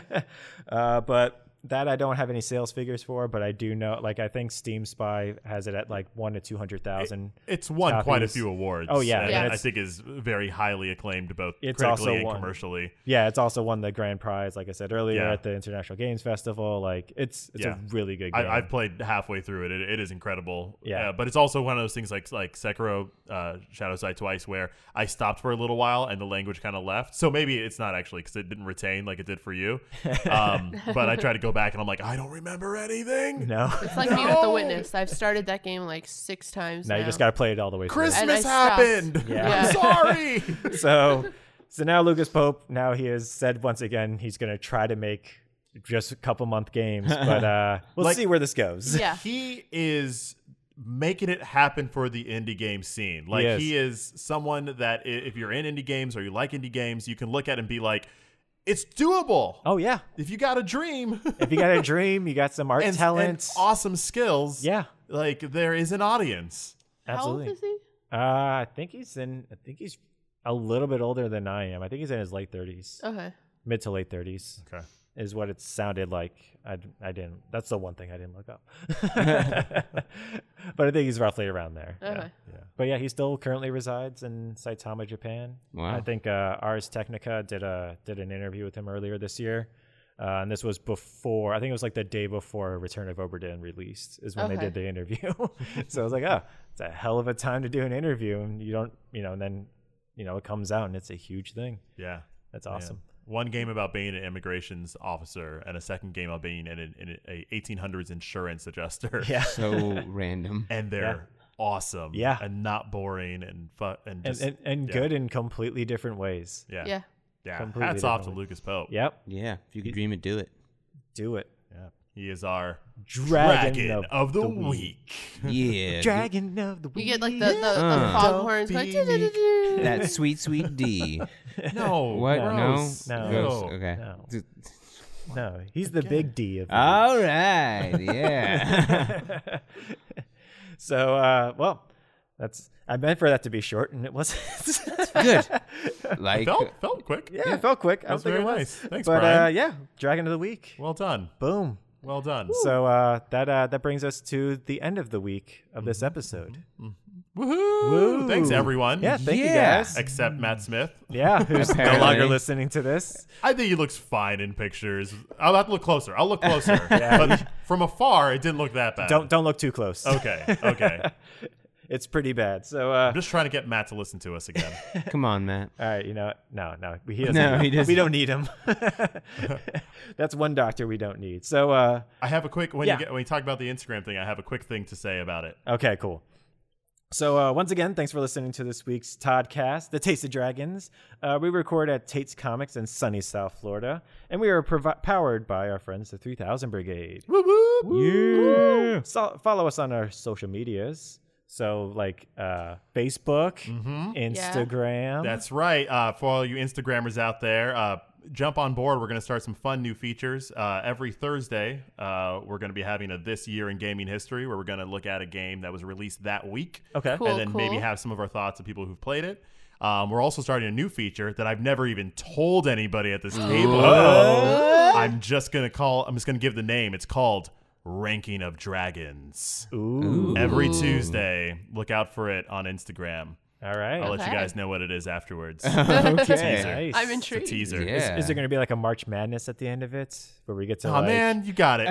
uh, but that I don't have any sales figures for, but I do know. Like I think Steam Spy has it at like one to two hundred thousand.
It's won quite a
Copies.
few awards.
Oh, yeah,
and
Yeah.
I
it's-
think is very highly acclaimed both
It's
critically
also
and
won.
commercially.
Yeah, it's also won the grand prize, like I said earlier,
Yeah.
at the International Games Festival. Like it's it's
Yeah.
a really good game.
I, I've played halfway through it. It, it is incredible.
Yeah.
Uh, but it's also one of those things like like Sekiro, uh, Shadow Side Twice, where I stopped for a little while and the language kind of left. So maybe it's not actually because it didn't retain like it did for you. Um, but I tried to go back and I'm like, I don't remember anything.
no,
It's like me with The Witness. I've started that game like six times.
now
now
you just got to play it all the way through.
And I
Christmas
stopped.
happened.
Yeah.
I'm
Yeah.
sorry.
so so now Lucas Pope now he has said once again he's going to try to make just a couple month games, but uh, we'll
Like-
see where this goes.
Yeah.
He is making it happen for the indie game scene. Like
is.
he is someone that i- if you're in indie games or you like indie games, you can look at and be like, it's doable.
Oh yeah,
If you got a dream
if you got a dream, you got some art
and,
talent.
and awesome skills,
Yeah,
like there is an audience.
absolutely.
How old is he?
Uh, I think he's in. I think he's a little bit older than I am. I think he's in his late thirties,
Okay.
mid to late thirties,
Okay.
is what it sounded like. I, d- I didn't. That's the one thing I didn't look up. but I think he's roughly around there. yeah.
Okay.
But yeah, he still currently resides in Saitama, Japan.
Wow.
I think uh, Ars Technica did a did an interview with him earlier this year, uh, and this was before I think it was like the day before Return of Oberdin released is when they
Okay.
did the interview. so I was like, oh, it's a hell of a time to do an interview, and you don't, you know, and then you know it comes out and it's a huge thing.
Yeah.
That's awesome.
One game about being an immigrations officer, and a second game about being an, an, a 1800s insurance adjuster.
Yeah.
so random.
and they're awesome.
Yeah.
and not boring and fun and
And,
just
and, and
yeah.
good in completely different ways.
yeah,
Yeah.
yeah.
Completely
Hats off to
different
Lucas Pope.
Yep,
Yeah, if you could dream it, do it.
do it.
Yeah. He is our
Dragon
dragon
of
of, the,
the
week.
Yeah,
Dragon of the
You
week.
get like the the, the
Uh.
foghorns like
Don't be meek.
"Do-do-do-do."
that sweet, sweet D.
No,
What?
gross.
No.
No,
No.
Gross. Okay.
No. no, he's the big D of the week.
All right. Yeah.
so uh well that's i meant for that to be short and it wasn't
Good. Like
Felt felt quick.
yeah, it felt quick i don't
That's
think
very
it was
nice. Thanks,
but uh
Brian.
yeah dragon of the week
Well done.
boom
Well done.
so uh that uh that brings us to the end of the week of this episode
Mm-hmm. Woohoo!
Woo.
Thanks everyone.
yeah thank
Yeah.
you guys
Except Matt Smith.
yeah who's no
Apparently.
longer listening to this
I think he looks fine in pictures. I'll have to look closer. I'll look closer. But from afar, it didn't look that bad.
don't don't look too close
Okay. Okay.
it's pretty bad so uh
I'm just trying to get Matt to listen to us again.
Come on, Matt.
All right, you know, what? no, no, he doesn't.
No, he
We
doesn't.
don't need him. That's one doctor we don't need. So, uh,
I have a quick when
Yeah.
you get, when you talk about the Instagram thing. I have a quick thing to say about it.
okay, cool. So, uh, once again, thanks for listening to this week's Toddcast, The Taste of Dragons. Uh, we record at Tate's Comics in sunny South Florida, and we are provi- powered by our friends, the 3000 Brigade. Yeah. So, follow us on our social medias. So, like uh, Facebook,
Mm-hmm.
Instagram.
That's right. Uh, for all you Instagrammers out there, uh, jump on board. We're going to start some fun new features. Uh, every Thursday, uh, we're going to be having a This Year in Gaming History where we're going to look at a game that was released that week.
okay.
Cool,
and then maybe
cool.
have some of our thoughts of people who've played it. Um, we're also starting a new feature that I've never even told anybody at this table. I'm just gonna call. I'm just gonna give the name. It's called Ranking of Dragons.
Ooh.
Every Tuesday, look out for it on Instagram.
All right.
I'll let you
Okay.
guys know what it is afterwards.
okay.
Nice.
I'm
It's a
intrigued.
teaser.
Yeah.
Is there going to be like a March Madness at the end of it where we get to?
Oh
like-
man, you got it.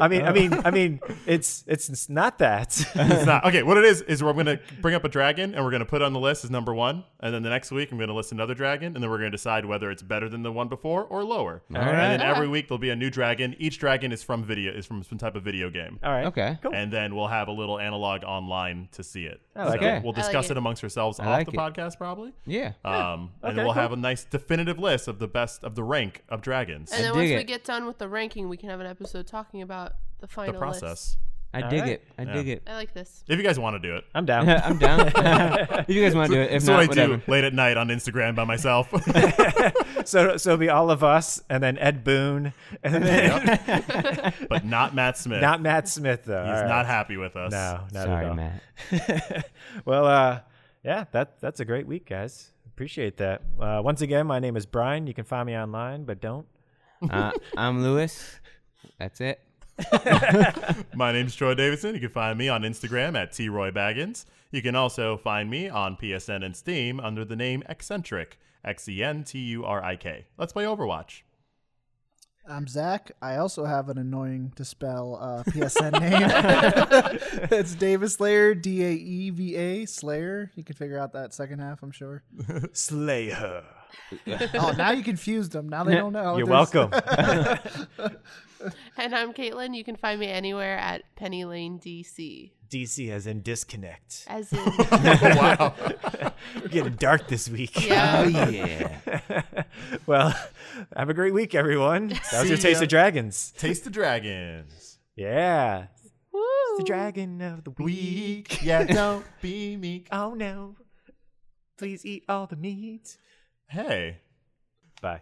I mean, I mean, I mean, it's it's, it's not that.
it's not okay. What it is is we're gonna bring up a dragon and we're gonna put it on the list as number one, and then the next week I'm gonna list another dragon, and then we're gonna decide whether it's better than the one before or lower. And then every week there'll be a new dragon. Each dragon is from video is from some type of video game,
All right.
Okay.
Cool.
and then we'll have a little analog online to see it.
I like
it.
We'll
I like
discuss
it.
it amongst ourselves off
like
the
it.
podcast probably.
Yeah.
Uh,
Um, and
Okay,
we'll have
cool.
a nice definitive list of the best of the rank of dragons.
And then
dig
once we
it.
get done with the ranking, we can have an episode talking about the final
the
list.
process.
I
All
dig
right.
it. I
Yeah.
dig it.
I like this.
If you guys want to do it,
I'm down.
I'm down. if you guys want to do it, if
that's
not,
what I
whatever.
do late at night on Instagram by myself.
so so it'll be all of us, and then Ed Boone, and then
but not Matt Smith.
not Matt Smith though.
He's
All right.
not happy with us.
No, not at
Sorry,
all.
Matt.
well, uh, yeah, that that's a great week, guys. Appreciate that. Uh, once again, my name is Brian. You can find me online, but don't.
Uh, I'm Lewis. That's it.
My name's Troy Davidson. You can find me on Instagram at troy Baggins. You can also find me on PSN and Steam under the name Eccentric. X E N T U R I K. Let's play Overwatch.
I'm Zach. I also have an annoying to spell uh, PSN name. it's Davis Slayer, D A E V A Slayer. You can figure out that second half, I'm sure.
Slay her.
Oh, now you confused them. Now they don't
Oh,
know.
You're
There's-
welcome.
And I'm Caitlin. You can find me anywhere at Penny Lane DC.
DC as in disconnect.
As in,
wow.
We're getting dark this week.
yeah.
Oh yeah.
well, have a great week, everyone. That was your
See
taste
ya.
of dragons.
Taste the Dragons.
Yeah,
Woo.
the dragon of the week.
Weak. Yeah, don't be meek.
Oh no! Please eat all the meat.
Hey.
Bye.